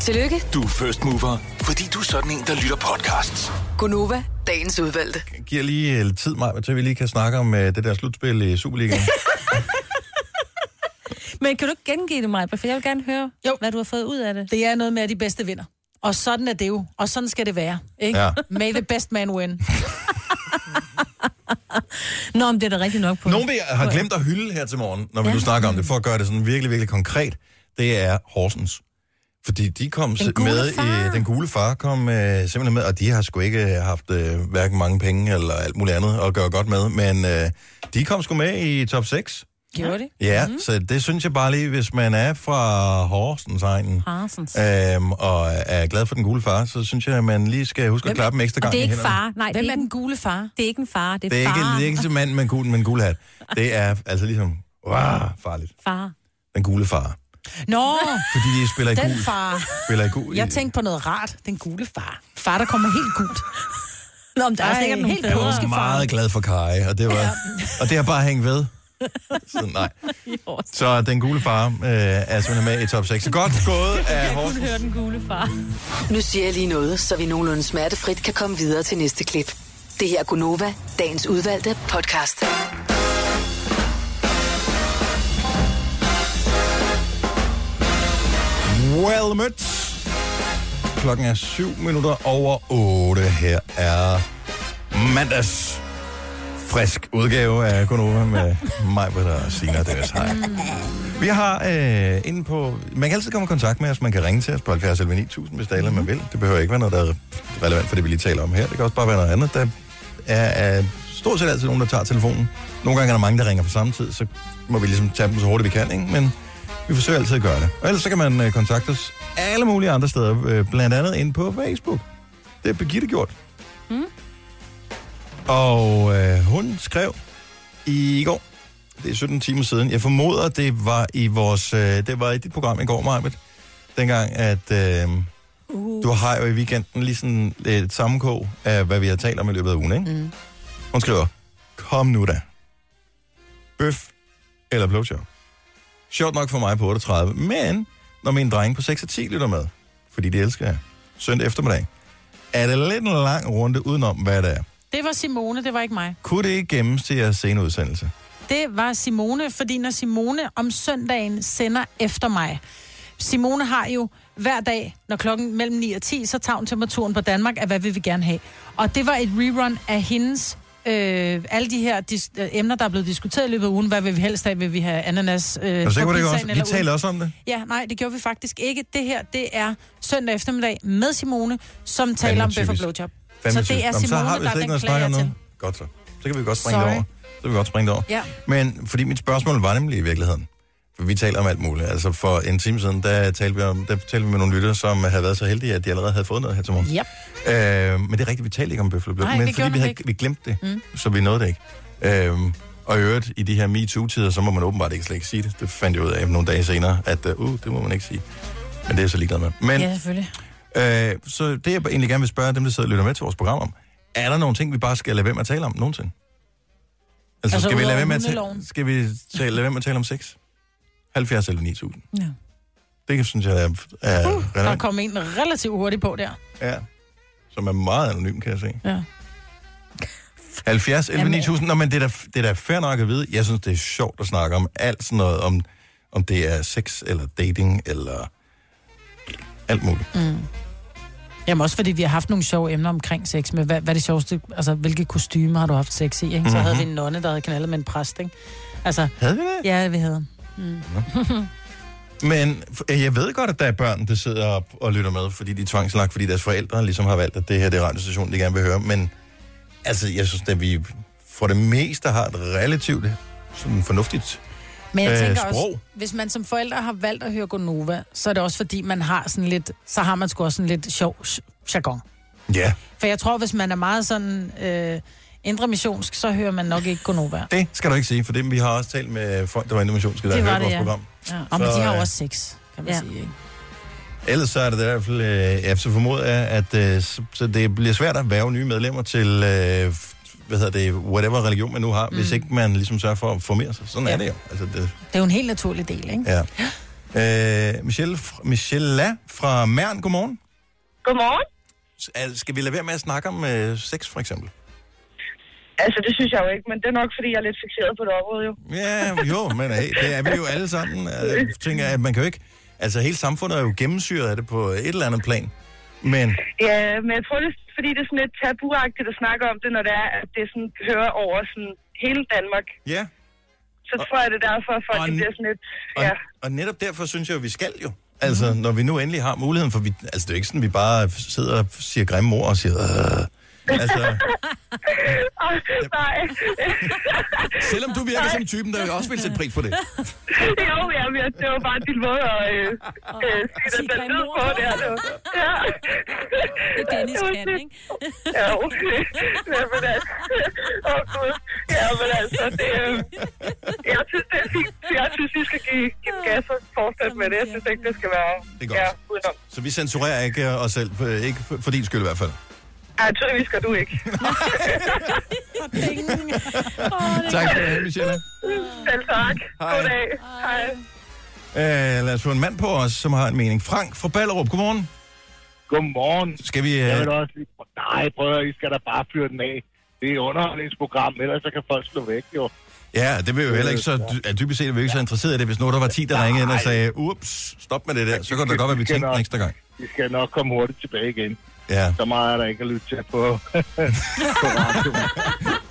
Speaker 7: Tillykke,
Speaker 6: Du er first mover, fordi du er sådan en, der lytter podcasts.
Speaker 7: Gunova, dagens udvalgte.
Speaker 1: giver lige øh, lidt tid, mig, til vi lige kan snakke om øh, det der slutspil i Superligaen.
Speaker 3: Men kan du ikke gengive det, Maja? For jeg vil gerne høre,
Speaker 2: Jo.
Speaker 3: jo. hvad du har fået ud af det.
Speaker 2: Det er noget med, at de bedste vinder. Og sådan er det jo. Og sådan skal det være. Ikke?
Speaker 1: Ja.
Speaker 2: May the best man win.
Speaker 3: Nå, men det er da rigtigt nok på.
Speaker 1: Nogen vi har glemt at hylde her til morgen, når vi ja. nu snakker om det, for at gøre det sådan virkelig, virkelig konkret, det er Horsens. Fordi de kom den
Speaker 3: gule
Speaker 1: med,
Speaker 3: far.
Speaker 1: i, den gule far kom øh, simpelthen med, og de har sgu ikke øh, haft øh, hverken mange penge eller alt muligt andet at gøre godt med, men øh, de kom sgu med i top 6.
Speaker 2: Gjorde det?
Speaker 1: Ja,
Speaker 3: Mhm.
Speaker 1: mm. så det synes jeg bare lige, hvis man er fra Horsens egnen,
Speaker 3: Parsons.
Speaker 1: øhm, og er glad for den gule far, så synes jeg, at man lige skal huske at klappe dem ekstra
Speaker 3: Og
Speaker 1: gang
Speaker 3: det
Speaker 1: i
Speaker 3: er ikke
Speaker 1: hænderne.
Speaker 3: far. Nej, det er
Speaker 2: Hvem er
Speaker 3: ikke,
Speaker 2: den
Speaker 3: en,
Speaker 2: gule far?
Speaker 3: det er ikke en far. Det er,
Speaker 1: Det er ikke,
Speaker 3: far.
Speaker 1: det er ikke til mand med en gul, med en gul hat. Det er altså ligesom, wow, farligt.
Speaker 3: far.
Speaker 1: Den gule far.
Speaker 2: Nå,
Speaker 1: Fordi de spiller i
Speaker 2: den
Speaker 1: gul.
Speaker 2: far.
Speaker 1: Spiller i gul.
Speaker 2: Jeg tænkte på noget rart. Den gule far. Far, der kommer helt gult.
Speaker 3: Nå, men der er
Speaker 2: Ej,
Speaker 3: sikkert nogle
Speaker 2: helt
Speaker 1: jeg
Speaker 3: fædre.
Speaker 1: var meget glad for Kai, og det, var, og det har bare hængt ved. Så, nej. Så den gule far øh, er simpelthen med i top 6. Så godt gået af Horsens.
Speaker 3: Hør den gule far.
Speaker 7: Nu siger jeg lige noget, så vi nogenlunde smertefrit kan komme videre til næste klip. Det her er Gunova, dagens udvalgte podcast.
Speaker 1: Well mødt. Klokken er 7 minutter over 8. Her er mandags frisk udgave af Gunova med mig, hvad der siger deres hej. Vi har øh, inde på... Man kan altid komme i kontakt med os. Man kan ringe til os på 70 11 9000, hvis der er man vil. Det behøver ikke være noget, der er relevant for det, vi lige taler om her. Det kan også bare være noget andet. Der er, er stort set altid nogen, der tager telefonen. Nogle gange er der mange, der ringer på samme tid, så må vi ligesom tage dem så hurtigt, vi kan, ikke? Men Vi forsøger altid at gøre det. Og ellers så kan man øh, kontakte os alle mulige andre steder, øh, blandt andet inde på Facebook. Det er Birgitte gjort. Mm. Og øh, hun skrev i går, det er 17 timer siden, jeg formoder, det var i vores, øh, det var i dit program i går, Marvitt, dengang at... Øh, uh. Du har jo i weekenden lige sådan et sammenkog af, hvad vi har talt om i løbet af ugen, ikke? Mm. Hun skriver, kom nu da. Bøf eller blowjob. Sjovt nok for mig på 38, men når min dreng på 6 og 10 lytter med, fordi de elsker jer, søndag eftermiddag, er det lidt en lang runde udenom, hvad det er.
Speaker 2: Det var Simone, det var ikke mig.
Speaker 1: Kunne det ikke gemmes til jeres senere udsendelse?
Speaker 2: Det var Simone, fordi når Simone om søndagen sender efter mig, Simone har jo hver dag, når klokken mellem 9 og 10, så tager hun temperaturen på Danmark af, hvad vil vi gerne have. Og det var et rerun af hendes, øh, alle de her dis- øh, emner, der er blevet diskuteret i løbet af ugen. Hvad vil vi helst af? Vil vi have ananas? Øh,
Speaker 1: Er du sikker
Speaker 2: på
Speaker 1: på det ikke
Speaker 2: pizzaen
Speaker 1: også? Vi
Speaker 2: eller uden?
Speaker 1: taler også om det.
Speaker 2: Ja, nej, det gjorde vi faktisk ikke. Det her, det er søndag eftermiddag med Simone, som taler om bøf og
Speaker 1: typisk.
Speaker 2: blowjob.
Speaker 1: Fandme
Speaker 2: så
Speaker 1: typisk.
Speaker 2: det er
Speaker 1: Nå, men
Speaker 2: Simone,
Speaker 1: så har vi
Speaker 2: der
Speaker 1: slet
Speaker 2: er
Speaker 1: ikke
Speaker 2: den
Speaker 1: noget at snakke
Speaker 2: klager
Speaker 1: om
Speaker 2: til.
Speaker 1: nu. Godt så. Så kan vi godt springe det
Speaker 2: Sorry.
Speaker 1: over. Så kan vi godt springe det over.
Speaker 2: Ja.
Speaker 1: Men fordi mit spørgsmål var nemlig i virkeligheden, for vi taler om alt muligt. Altså for en time siden, der talte vi, om, der talte vi med nogle lytter, som havde været så heldige, at de allerede havde fået noget her til morgen.
Speaker 2: Yep.
Speaker 1: Øh, men det er rigtigt, vi talte ikke om bøfler
Speaker 2: Nej,
Speaker 1: Nej,
Speaker 2: det
Speaker 1: men
Speaker 2: gjorde
Speaker 1: fordi vi,
Speaker 2: man
Speaker 1: havde,
Speaker 2: ikke.
Speaker 1: vi glemte det, mm. så vi nåede det ikke. Øh, og i øvrigt, i de her MeToo-tider, så må man åbenbart ikke slet ikke sige det. Det fandt jeg ud af nogle dage senere, at uh, det må man ikke sige. Men det er jeg så ligeglad med. Men
Speaker 3: Ja, selvfølgelig.
Speaker 1: Øh, så det, jeg egentlig gerne vil spørge dem, der sidder og lytter med til vores program om, er der nogle ting, vi bare skal lade være med at tale om nogensinde? Altså,
Speaker 2: Altså,
Speaker 1: altså skal, vi
Speaker 2: udover
Speaker 1: lade være med at
Speaker 2: hundeloven?
Speaker 1: tale, skal vi tale, lade være med at tale om sex? 70 eller 9000.
Speaker 3: Ja.
Speaker 1: Det synes jeg er, er uh,
Speaker 2: Der
Speaker 1: relevant.
Speaker 2: kom en relativt hurtigt på der.
Speaker 1: Ja. Som er meget anonym, kan jeg se.
Speaker 2: Ja.
Speaker 1: 70 11 9000. Nå, men det er, da, det er da fair nok at vide. Jeg synes, det er sjovt at snakke om alt sådan noget, om, om det er sex eller dating eller alt muligt. Mm.
Speaker 2: Jamen også fordi vi har haft nogle sjove emner omkring sex, med hvad, hvad er det sjoveste, altså hvilke kostymer har du haft sex i, ikke? Så
Speaker 1: Mhm.
Speaker 2: mm-hmm. havde vi en nonne, der havde knaldet med en præst, ikke? Altså,
Speaker 1: Havde vi det?
Speaker 2: ja, vi havde.
Speaker 1: Men f- øh, jeg ved godt, at der er børn, der sidder op og lytter med, fordi de er tvangslagt, fordi deres forældre ligesom har valgt, at det her det er radiostationen, de gerne vil høre. Men altså, jeg synes, at vi for det meste har et relativt sådan fornuftigt...
Speaker 2: Men jeg
Speaker 1: Øh,
Speaker 2: tænker også,
Speaker 1: sprog.
Speaker 2: hvis man som forældre har valgt at høre Gonova, så er det også fordi, man har sådan lidt, så har man sgu også sådan lidt sjov s- jargon.
Speaker 1: Ja,
Speaker 2: For jeg tror, hvis man er meget sådan øh, indre missionsk, så hører man nok ikke Gonova.
Speaker 1: det skal du ikke sige, for det, vi har også talt med folk, der var inde i missionske, der
Speaker 3: Det
Speaker 1: har
Speaker 3: var
Speaker 1: hørt
Speaker 3: det,
Speaker 1: vores
Speaker 3: ja.
Speaker 1: program.
Speaker 3: Ja.
Speaker 2: Og men
Speaker 1: Så,
Speaker 2: de har jo
Speaker 1: øh,
Speaker 2: også sex, kan man ja.
Speaker 3: Ja.
Speaker 2: sige, ikke?
Speaker 1: Ellers så er det i hvert fald, øh, ja, så formoder jeg, at øh, så, så det bliver svært at værve nye medlemmer til, øh, f- hvad hedder det, whatever religion man nu har, mm. hvis ikke man ligesom sørger for at formere sig. Sådan ja. er det jo. Altså, det,
Speaker 2: Det er jo en helt naturlig del, ikke?
Speaker 1: Ja. Øh, Michelle, fr- Michelle La fra Mern, godmorgen.
Speaker 5: Godmorgen.
Speaker 1: S- al- Skal vi lade være med at snakke om øh, sex, for eksempel?
Speaker 5: Altså, det synes jeg jo ikke, men det er nok, fordi jeg er lidt fixeret på det område, jo.
Speaker 1: Ja, jo, men hey, det er vi jo alle sammen. Øh, Jeg tænker, at man kan jo ikke... Altså, hele samfundet er jo gennemsyret af det på et eller andet plan. Men
Speaker 5: Ja, men jeg tror, det er, fordi det er sådan lidt tabuagtigt at snakke om det, når det er, at det sådan hører over sådan hele Danmark.
Speaker 1: ja,
Speaker 5: Så tror jeg, det er derfor, at folk
Speaker 1: og-
Speaker 5: de bliver sådan lidt...
Speaker 1: og,
Speaker 5: Ja.
Speaker 1: og netop derfor synes jeg, at vi skal jo. Altså, mm. når vi nu endelig har muligheden, for vi, altså, det er jo ikke sådan, at vi bare sidder og siger grimme ord og siger... Øh. Altså,
Speaker 5: Åh, nej.
Speaker 1: selvom du virker som typen, der også vil sætte pris på det.
Speaker 5: jo, ja, men jeg- det var bare din måde at øh, øh, sige den
Speaker 3: Sige
Speaker 5: der
Speaker 3: grimme
Speaker 5: lyd
Speaker 3: ord.
Speaker 5: på der. Det var, ja.
Speaker 3: Det er Dennis
Speaker 5: var
Speaker 3: kan,
Speaker 5: lidt-
Speaker 3: ikke?
Speaker 5: Ja, okay. Ja, men altså... Åh, oh, Gud. Ja, men altså, det... Øh, jeg synes, det er fint. Jeg synes, vi skal give, give den gas og fortsætte med det. Jeg synes ikke, det skal være...
Speaker 1: Det er godt.
Speaker 5: Ja, udenom.
Speaker 1: Så vi censurerer ikke øh, os selv, øh, ikke for, for din skyld i hvert fald.
Speaker 5: Ej, tydeligvis skal du ikke.
Speaker 1: Tak skal du have, Michelle.
Speaker 5: Selv tak.
Speaker 1: Hej.
Speaker 5: Goddag. Hej.
Speaker 1: Øh, lad os få en mand på os, som har en mening. Frank fra Ballerup, godmorgen.
Speaker 8: Godmorgen.
Speaker 1: Skal vi...
Speaker 8: Jeg
Speaker 1: Øh,
Speaker 8: vil også lige... Nej, prøv at I skal da bare fyre den af. Det er et underholdningsprogram, ellers så kan folk slå væk, jo.
Speaker 1: ja, det vil jo heller ikke så... dy- Ja, dybest set er vi jo ikke så interesseret i det, hvis nu der var 10, der ringede ind og sagde, ups, stop med det der, så kunne det da godt være, at vi tænkte den ekstra gang.
Speaker 8: De skal nok komme hurtigt tilbage igen.
Speaker 1: Ja,
Speaker 8: Så meget er der ikke at lytte til på.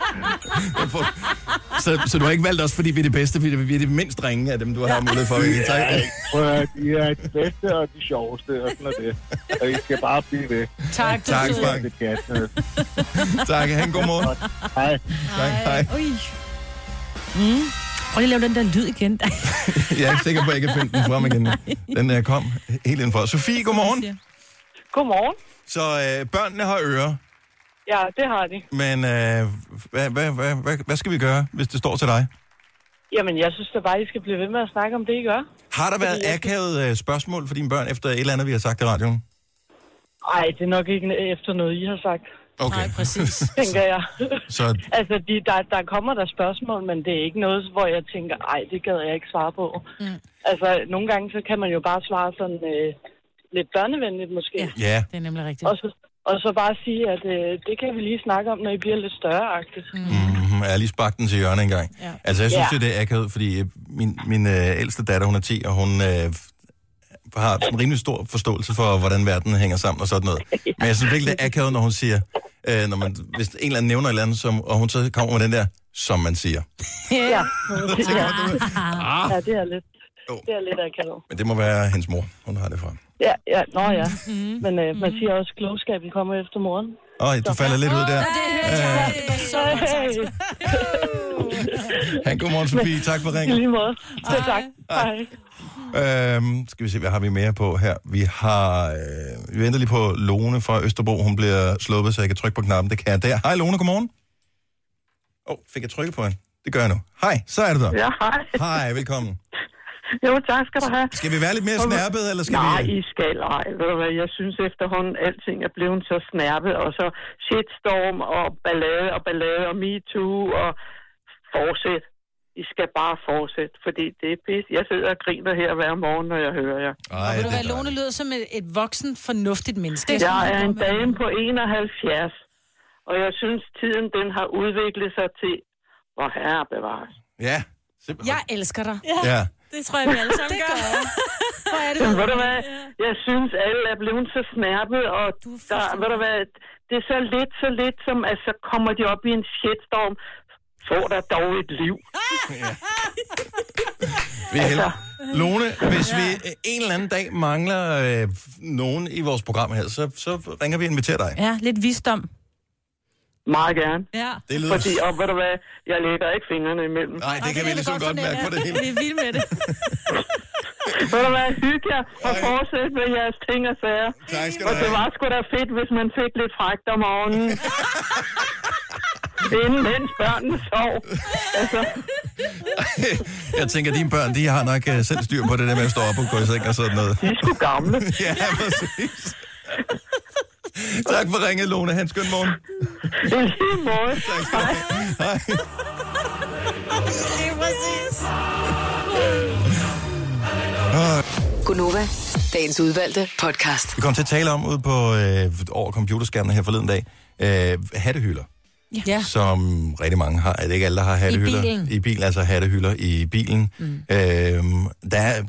Speaker 1: så, så du har ikke valgt os, fordi vi er det bedste, fordi vi er det mindst ringe af dem, du har mulighed for. Ja. Tak.
Speaker 8: Prøv at høre, de er de bedste og de sjoveste og sådan noget. det. Og I skal bare blive ved.
Speaker 2: Tak, du
Speaker 1: Tak,
Speaker 2: søde.
Speaker 1: Frank.
Speaker 8: Det kan jeg.
Speaker 1: tak. Ha' en god morgen.
Speaker 8: Hej.
Speaker 1: Tak, hej.
Speaker 3: Ui. Mm. Prøv lige at lave den der lyd igen.
Speaker 1: Jeg er ikke sikker på, at jeg kan finde den frem igen. Den der kom helt indenfor. Sofie, godmorgen.
Speaker 5: Godmorgen.
Speaker 1: Så øh, børnene har ører,
Speaker 5: Ja, det har de.
Speaker 1: men øh, hvad, hvad, hvad, hvad, hvad skal vi gøre, hvis det står til dig?
Speaker 5: Jamen, jeg synes da bare, I skal blive ved med at snakke om det, I gør.
Speaker 1: Har der været akavet øh, spørgsmål for dine børn efter et eller andet, vi har sagt i radioen?
Speaker 5: Ej, det er nok ikke efter noget, I har sagt,
Speaker 1: Okay.
Speaker 2: Nej, præcis.
Speaker 5: tænker jeg.
Speaker 1: Så
Speaker 5: altså, de, der, der kommer der spørgsmål, men det er ikke noget, hvor jeg tænker, ej, det gad jeg ikke svare på. Mm. Altså, nogle gange, så kan man jo bare svare sådan øh, lidt børnevenligt måske.
Speaker 2: Ja.
Speaker 5: Ja.
Speaker 1: ja,
Speaker 2: Det er nemlig rigtigt.
Speaker 5: Og, så, og så bare sige, at øh, det kan vi lige snakke om, når I bliver lidt større-agtigt. Mm.
Speaker 1: mm-hmm, jeg har lige sparket den til hjørne en gang.
Speaker 2: Ja.
Speaker 1: Altså, jeg synes
Speaker 5: Ja.
Speaker 1: jo, det er akavet, fordi øh, min, min øh, ældste datter, hun er 10, og hun øh, har en rimelig stor forståelse for, hvordan verden hænger sammen og sådan noget. Men jeg synes virkelig, det er akavet, når hun siger, øh, når man, hvis en eller anden nævner et eller andet, som, og hun så kommer med den der, som man siger.
Speaker 5: Ja. ja.
Speaker 1: Ah,
Speaker 5: ja, det er lidt,
Speaker 1: Jo.
Speaker 5: det er lidt akavet.
Speaker 1: men det må være hendes mor, hun har det fra.
Speaker 5: Ja, ja, nå ja. Mm. Men øh, man siger også, at klogskaben kommer efter morgen.
Speaker 1: Øj, du falder lidt ud der.
Speaker 5: Hey.
Speaker 1: Han, godmorgen, Sofie. Tak for
Speaker 5: I
Speaker 1: ringen.
Speaker 5: lige måde. Så tak. Hej.
Speaker 1: Øhm, skal vi se, hvad har vi mere på her? Vi har... Øh, vi venter lige på Lone fra Østerbro. Hun bliver sluppet, så jeg kan trykke på knappen. Det kan jeg der. Hej, Lone. Godmorgen. Åh, oh, fik jeg trykket på hende? Det gør jeg nu. Hej, så er det der.
Speaker 5: Ja, hej.
Speaker 1: Hej, velkommen.
Speaker 5: Jo, tak skal du have.
Speaker 1: Skal vi være lidt mere snærpet, eller skal
Speaker 5: Nej,
Speaker 1: vi...
Speaker 5: I skal ej. Ved du hvad, jeg synes efterhånden, alting er blevet så snærpet, og så shitstorm og ballade og ballade og MeToo og fortsæt. I skal bare fortsætte, fordi det er pis. Jeg sidder og griner her hver morgen, når jeg hører jer.
Speaker 2: Og
Speaker 1: Ej,
Speaker 2: ved du
Speaker 1: det
Speaker 2: hvad,
Speaker 1: er
Speaker 2: Lone
Speaker 1: dejligt.
Speaker 2: lyder som et, et voksen, fornuftigt menneske.
Speaker 5: Jeg er en dame på 71, og jeg synes, tiden den har udviklet sig til, hvor herre bevares.
Speaker 1: Ja, simpelthen.
Speaker 2: Jeg elsker dig.
Speaker 1: Ja.
Speaker 3: det tror jeg, vi alle sammen gør. Hvor er det?
Speaker 5: Men ved du hvad, jeg synes, alle er blevet så snærpet, og
Speaker 3: Du er
Speaker 5: der,
Speaker 3: fuldstændig-
Speaker 5: ved du hvad, det er så lidt, så lidt, som at så kommer de op i en shitstorm. Få dig dog et liv.
Speaker 1: Vi hælder. Lone, hvis vi øh, en eller anden dag mangler øh, nogen i vores program her, så, så ringer vi og inviterer dig.
Speaker 3: Ja, lidt visdom.
Speaker 5: Meget gerne.
Speaker 3: Ja.
Speaker 1: Det lyder...
Speaker 5: Fordi, og ved du hvad, jeg lægger ikke fingrene imellem.
Speaker 1: Nej, det kan vi ligesom godt mærke på det hele.
Speaker 3: Vi er vilde med det.
Speaker 5: Ved du hvad, hygge jer og
Speaker 1: Ej.
Speaker 5: fortsæt med jeres ting og sager.
Speaker 1: Tak skal
Speaker 5: Og
Speaker 1: du
Speaker 5: det
Speaker 1: have.
Speaker 5: var sgu da fedt, hvis man fik lidt frækt om morgenen. Inden mens børnene sov. Altså,
Speaker 1: Jeg tænker, at dine børn, de har nok øh, selv styr på det der med at stå op og gå i seng og sådan noget.
Speaker 5: de er sgu gamle.
Speaker 1: Ja, præcis. tak for ringet, Lone. Ha' en skøn morgen.
Speaker 5: I lige måde.
Speaker 1: Tak skal du have. Hej.
Speaker 2: Det er præcis.
Speaker 7: Gunova, dagens udvalgte podcast.
Speaker 1: Vi kom til at tale om ude på øh, over computerskærmene her forleden dag. Øh, hattehylder,
Speaker 2: Ja.
Speaker 1: som rigtig mange har. Det er ikke alle, der har hattehylder.
Speaker 2: bilen.
Speaker 1: I bilen, altså hattehylder i bilen. Mm. Øh, der er,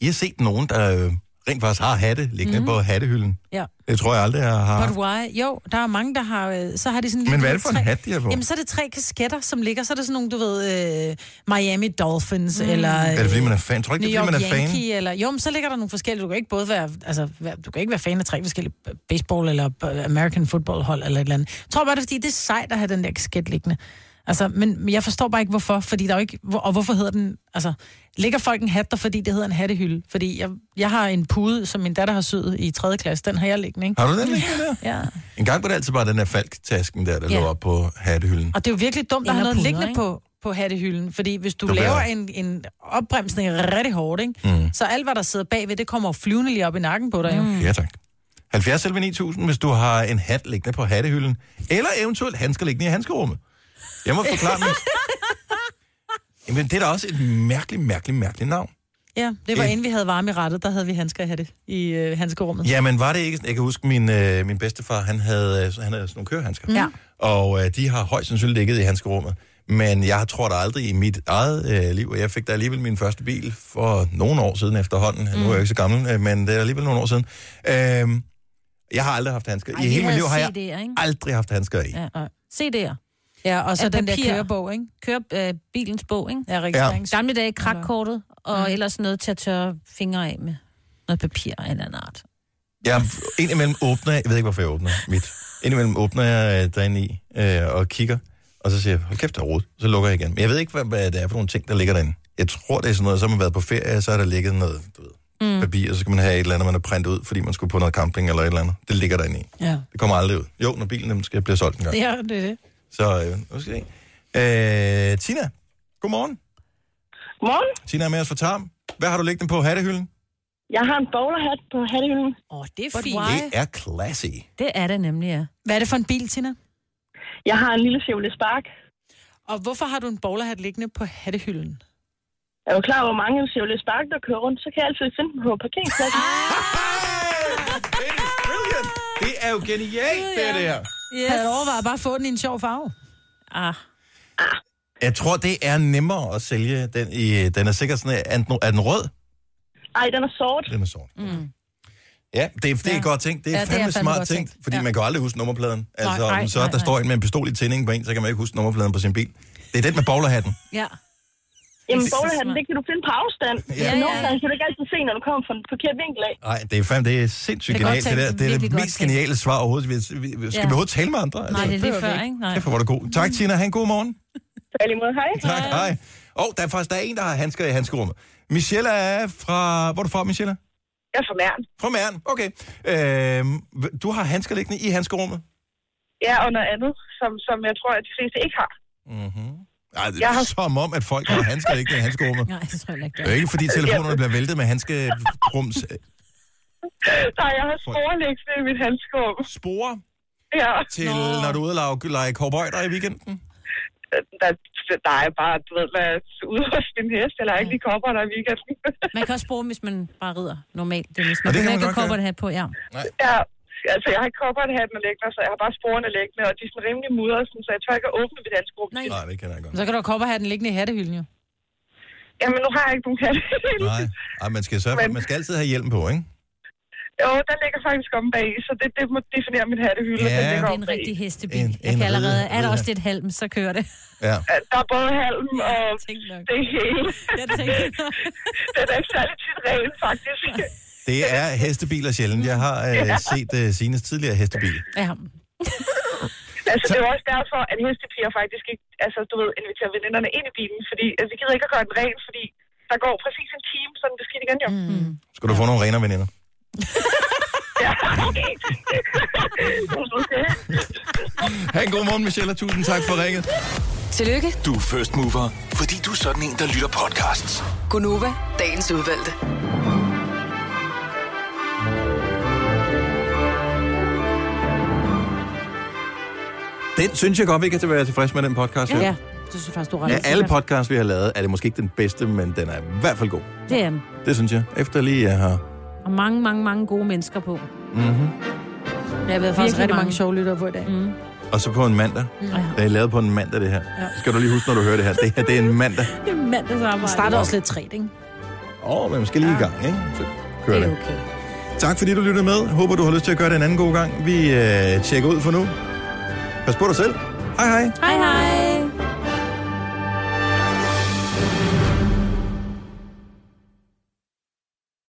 Speaker 1: I har set nogen, der øh, rent faktisk har hatte liggende mm. på hattehylden.
Speaker 2: ja.
Speaker 1: Det tror jeg aldrig, jeg har.
Speaker 2: But why? Jo, der er mange, der har... øh, Så har de sådan
Speaker 1: Ah. Men hvad er
Speaker 2: lille
Speaker 1: det for en
Speaker 2: tre-
Speaker 1: hat, de har på?
Speaker 2: Jamen, så er det tre kasketter, som ligger. Så er det sådan nogle, du ved, øh, Miami Dolphins, mm. eller...
Speaker 1: Er det fordi, man er fan? Tror du ikke,
Speaker 2: New
Speaker 1: det er
Speaker 2: York
Speaker 1: fordi, man er fan?
Speaker 2: Yankee, eller... Jo, men så ligger der nogle forskellige. Du kan ikke både være... Altså, være- du kan ikke være fan af tre forskellige baseball- eller b- American football-hold eller et eller andet. Jeg tror bare, det er fordi, det er sejt at have den der kasket liggende. Altså, men men jeg forstår bare ikke, hvorfor. Fordi der er jo ikke... hvor- Og hvorfor hedder den... Altså, ligger folk en hat der, fordi det hedder en hattehylde? Fordi jeg, jeg har en pude, som min datter har syet i 3. klasse. Den har jeg liggende, ikke?
Speaker 1: Har du den liggende der?
Speaker 2: Ja.
Speaker 1: En gang var det altid bare den der falktasken der, der
Speaker 2: Ja.
Speaker 1: lå op på hattehylden.
Speaker 2: Og det er jo virkelig dumt at have
Speaker 3: Eller
Speaker 2: noget
Speaker 3: puder,
Speaker 2: liggende
Speaker 3: ikke?
Speaker 2: på, på hattehylden, fordi hvis du,
Speaker 1: Du
Speaker 2: du
Speaker 1: bliver-
Speaker 2: laver en, en opbremsning rigtig hårdt, ikke? Mm. så alt, hvad der sidder bagved, det kommer jo flyvende lige op i nakken på dig. Jo.
Speaker 1: Ja, tak. 70 selv 9000, hvis du har en hat liggende på hattehylden, eller eventuelt handsker liggende i handskerummet. Jeg må forklare mig. Jamen, det er da også et mærkeligt, mærkeligt, mærkeligt navn.
Speaker 2: Ja, det var
Speaker 1: Øh.
Speaker 2: inden vi havde varme i rettet, der havde vi handsker i, hatte, i øh, handskerummet.
Speaker 1: Jamen, var det ikke... Jeg kan huske, min, øh, min bedstefar, han havde, øh, han havde sådan nogle kørehandsker.
Speaker 2: Ja.
Speaker 1: Og øh, de har højst sandsynligt ligget i handskerummet. Men jeg tror da aldrig i mit eget øh, liv, og jeg fik da alligevel min første bil for nogle år siden efterhånden. Mm. Nu er jeg jo ikke så gammel, øh, men det er alligevel nogle år siden. Øh, jeg har aldrig haft handsker.
Speaker 3: Ej,
Speaker 1: I
Speaker 3: vi
Speaker 1: hele mit
Speaker 3: havde
Speaker 1: liv har jeg
Speaker 3: CD'er, ikke?
Speaker 1: aldrig haft handsker i. Ja.
Speaker 3: Ja. CD'er.
Speaker 2: Ja, og så
Speaker 3: Af
Speaker 2: den der
Speaker 3: papir.
Speaker 2: kørebog, ikke?
Speaker 3: Kør øh, bilens bog, ikke?
Speaker 2: Ja,
Speaker 3: I
Speaker 2: registrerings.
Speaker 3: Gamle dage krakkortet, og ellers noget til at tørre fingre af med. Noget papir af en eller anden art.
Speaker 1: Jeg indimellem åbner, jeg ved ikke hvorfor jeg åbner mit, indimellem åbner jeg øh, derinde i øh, og kigger, Og så siger jeg, hold kæft, der er rodet. Så lukker jeg igen. Men jeg ved ikke, hvad, hvad det er for nogle ting, der ligger derinde. Jeg tror, det er sådan noget, så har man været på ferie, og så er der ligget noget du ved, mm. papir, og så skal man have et eller andet, man har printet ud, fordi man skulle på noget camping eller et eller andet. Det ligger derinde i.
Speaker 2: Ja.
Speaker 1: Det kommer aldrig ud. Jo, når bilen den skal blive solgt en gang.
Speaker 2: Ja, det er det.
Speaker 1: Så øh, nu skal vi se. Øh, Tina, godmorgen.
Speaker 5: Morgen.
Speaker 1: Tina er med os fra Tarm. Hvad har du liggende på hattehylden?
Speaker 5: Jeg har en bowlerhat på hattehylden.
Speaker 3: Åh, oh, det er
Speaker 2: But
Speaker 3: fint.
Speaker 2: why?
Speaker 1: Det er classy.
Speaker 3: Det er det nemlig, ja.
Speaker 2: Hvad er det for en bil, Tina?
Speaker 5: Jeg har en lille Chevrolet Spark.
Speaker 2: Og hvorfor har du en bowlerhat liggende på hattehylden?
Speaker 5: Er du klar over, hvor mange Chevrolet Spark, der kører rundt? Så kan jeg altid finde dem på parkeringspladsen.
Speaker 3: Ah!
Speaker 1: Hey, it is brilliant. Det er jo genialt, det er det her.
Speaker 2: Yes. Havde du overvejet bare at få den i en sjov farve?
Speaker 3: Ah,
Speaker 1: Jeg tror, det er nemmere at sælge den i... Den er sikkert sådan... Er den, er den rød?
Speaker 5: Ej, den er sort.
Speaker 1: Den er sort. Mm. Ja, det, er- det er
Speaker 2: Ja.
Speaker 1: godt tænkt. Det er
Speaker 3: Ja,
Speaker 1: ja,
Speaker 3: det er
Speaker 1: fandme det er
Speaker 3: fandme
Speaker 1: smart
Speaker 3: godt
Speaker 1: tænkt,
Speaker 3: tænkt.
Speaker 1: fordi
Speaker 3: Ja.
Speaker 1: man kan aldrig huske nummerpladen. Altså,
Speaker 2: nej,
Speaker 1: om så
Speaker 2: nej,
Speaker 1: der
Speaker 2: nej.
Speaker 1: står en med en pistol i tændingen på en, så kan man ikke huske nummerpladen på sin bil. Det er den med bowlerhatten.
Speaker 3: ja.
Speaker 5: Jamen,
Speaker 3: Det er så
Speaker 5: bowlerhatten,
Speaker 3: smart.
Speaker 5: det kan du finde på afstand.
Speaker 1: Ja,
Speaker 5: Ja,
Speaker 3: ja.
Speaker 5: Nogle gange kan du ikke altid se, når du kommer fra en forkert vinkel af.
Speaker 1: Nej, det er fandme, det er sindssygt
Speaker 3: Det er godt
Speaker 1: genialt, det
Speaker 3: tænkt.
Speaker 1: der. Det er det
Speaker 3: Virkelig godt
Speaker 1: mest
Speaker 3: tænkt.
Speaker 1: geniale svar overhovedet. Vi- vi- vi- Skal
Speaker 3: Ja.
Speaker 1: vi overhovedet tale med andre?
Speaker 3: Nej, det er lige
Speaker 2: behøver vi
Speaker 3: før,
Speaker 2: ikke.
Speaker 3: ikke? Nej.
Speaker 1: Derfor var det god. Tak, Tina. Ha' en god morgen.
Speaker 5: Så imod, hej.
Speaker 1: Tak, hej. Og oh, der er faktisk der er en, der har handsker i handskerummet. Michelle er fra... Hvor er du fra, Michelle?
Speaker 5: Jeg er fra Mærn.
Speaker 1: Fra Mæren. Okay. Øhm, du har handsker liggende i handskerummet?
Speaker 5: Ja, og noget andet, som, som jeg tror, at de fleste ikke har.
Speaker 1: Mhm. Ej, det er
Speaker 5: Jeg
Speaker 1: har...
Speaker 5: har-
Speaker 1: som om, at folk har handsker liggende i handskerummet.
Speaker 3: Nej, det tror jeg ikke.
Speaker 1: Det er jo ikke, fordi telefonerne bliver væltet med handskerums
Speaker 5: Nej, jeg har sporlægse i mit handskum.
Speaker 1: spore
Speaker 5: Ja,
Speaker 1: til, Nå. når du er ude og lave- lege cowboyder i weekenden.
Speaker 5: der, der er bare, du ved, lad os ude hos min hest, eller ikke lige kopper der i weekenden.
Speaker 3: Man kan også bruge dem, hvis man bare rider normalt. Det er, hvis
Speaker 1: Og
Speaker 3: man
Speaker 1: det kan
Speaker 3: kan
Speaker 1: man
Speaker 3: ikke
Speaker 1: godt
Speaker 3: kopper
Speaker 1: gøre.
Speaker 3: det her på, ja.
Speaker 5: ja, altså jeg har ikke kopperhatten liggende, så jeg har bare sporene liggende, og de er sådan rimelig mudret, sådan, så jeg tør ikke at åbne mit handskum.
Speaker 3: Nej.
Speaker 1: Nej, det kan jeg godt.
Speaker 2: Men Så kan du kopper have den liggende i hattehylden jo.
Speaker 5: Jamen, nu har jeg ikke nogen katte.
Speaker 1: Nej, Ej, man skal sørge for,
Speaker 5: Men-
Speaker 1: man skal altid have hjelm på, ikke?
Speaker 5: jo, der ligger faktisk om bag, så det, det må definere min hattehylde.
Speaker 1: Ja.
Speaker 5: Ja. Den
Speaker 1: Det
Speaker 5: ligger
Speaker 3: Det er
Speaker 5: om
Speaker 3: en
Speaker 5: bag.
Speaker 3: rigtig hestebil.
Speaker 1: En-
Speaker 3: jeg
Speaker 1: en
Speaker 3: kan allerede...
Speaker 1: ride-
Speaker 3: Er der også
Speaker 1: ride-
Speaker 3: lidt halm, så kører det.
Speaker 1: Ja.
Speaker 5: Der er både halm og
Speaker 3: Tænk nok.
Speaker 5: det hele.
Speaker 3: Jeg tænkte,
Speaker 5: Den er ikke særlig tit ren, faktisk.
Speaker 1: Det er hestebiler sjældent. Jeg har øh, set øh, Sines tidligere hestebil.
Speaker 3: ja.
Speaker 5: altså, det er jo også derfor, at hestepiger faktisk ikke, altså, du ved, inviterer veninderne ind i bilen, fordi at vi gider ikke at gøre den ren, fordi der går præcis en time, så den bliver skidt igen, jo. Mm.
Speaker 1: Skal du få nogle renere veninder?
Speaker 5: Ja, okay. okay.
Speaker 1: Ha' en god morgen, Michelle, og tusind tak for ringet.
Speaker 7: Tillykke,
Speaker 6: Du er first mover, fordi du er sådan en, der lytter podcasts.
Speaker 7: Gunova, dagens udvalgte.
Speaker 1: Den synes jeg godt, vi kan være tilfredse med, den podcast. her.
Speaker 2: Ja, det synes jeg faktisk, du er ret.
Speaker 1: Af alle podcasts, vi har lavet, er det måske ikke den bedste, men den er i hvert fald god.
Speaker 3: Det er dem.
Speaker 1: Det synes jeg. Efter lige jeg har
Speaker 3: Og mange, mange, mange gode mennesker på.
Speaker 1: Mhm.
Speaker 2: Jeg har været faktisk rigtig
Speaker 3: Virkelig
Speaker 2: mange
Speaker 3: mange.
Speaker 2: sjove lyttere på i dag. Mm.
Speaker 1: Og så på en mandag. Det er lavet på en mandag, det her. Ja. Skal du lige huske, når du hører det her. Det her, det er en mandag.
Speaker 3: Det er mandagsarbejde.
Speaker 2: Starter også lidt træt, ikke?
Speaker 1: Åh, oh, men måske lige i gang, ikke? Så kører
Speaker 3: Det
Speaker 1: det.
Speaker 3: er okay.
Speaker 1: Tak fordi du lyttede med. Håber, du har lyst til at gøre det en anden god gang. Vi øh, tjekker ud for nu. Pas på dig selv. Hej hej.
Speaker 3: Hej hej.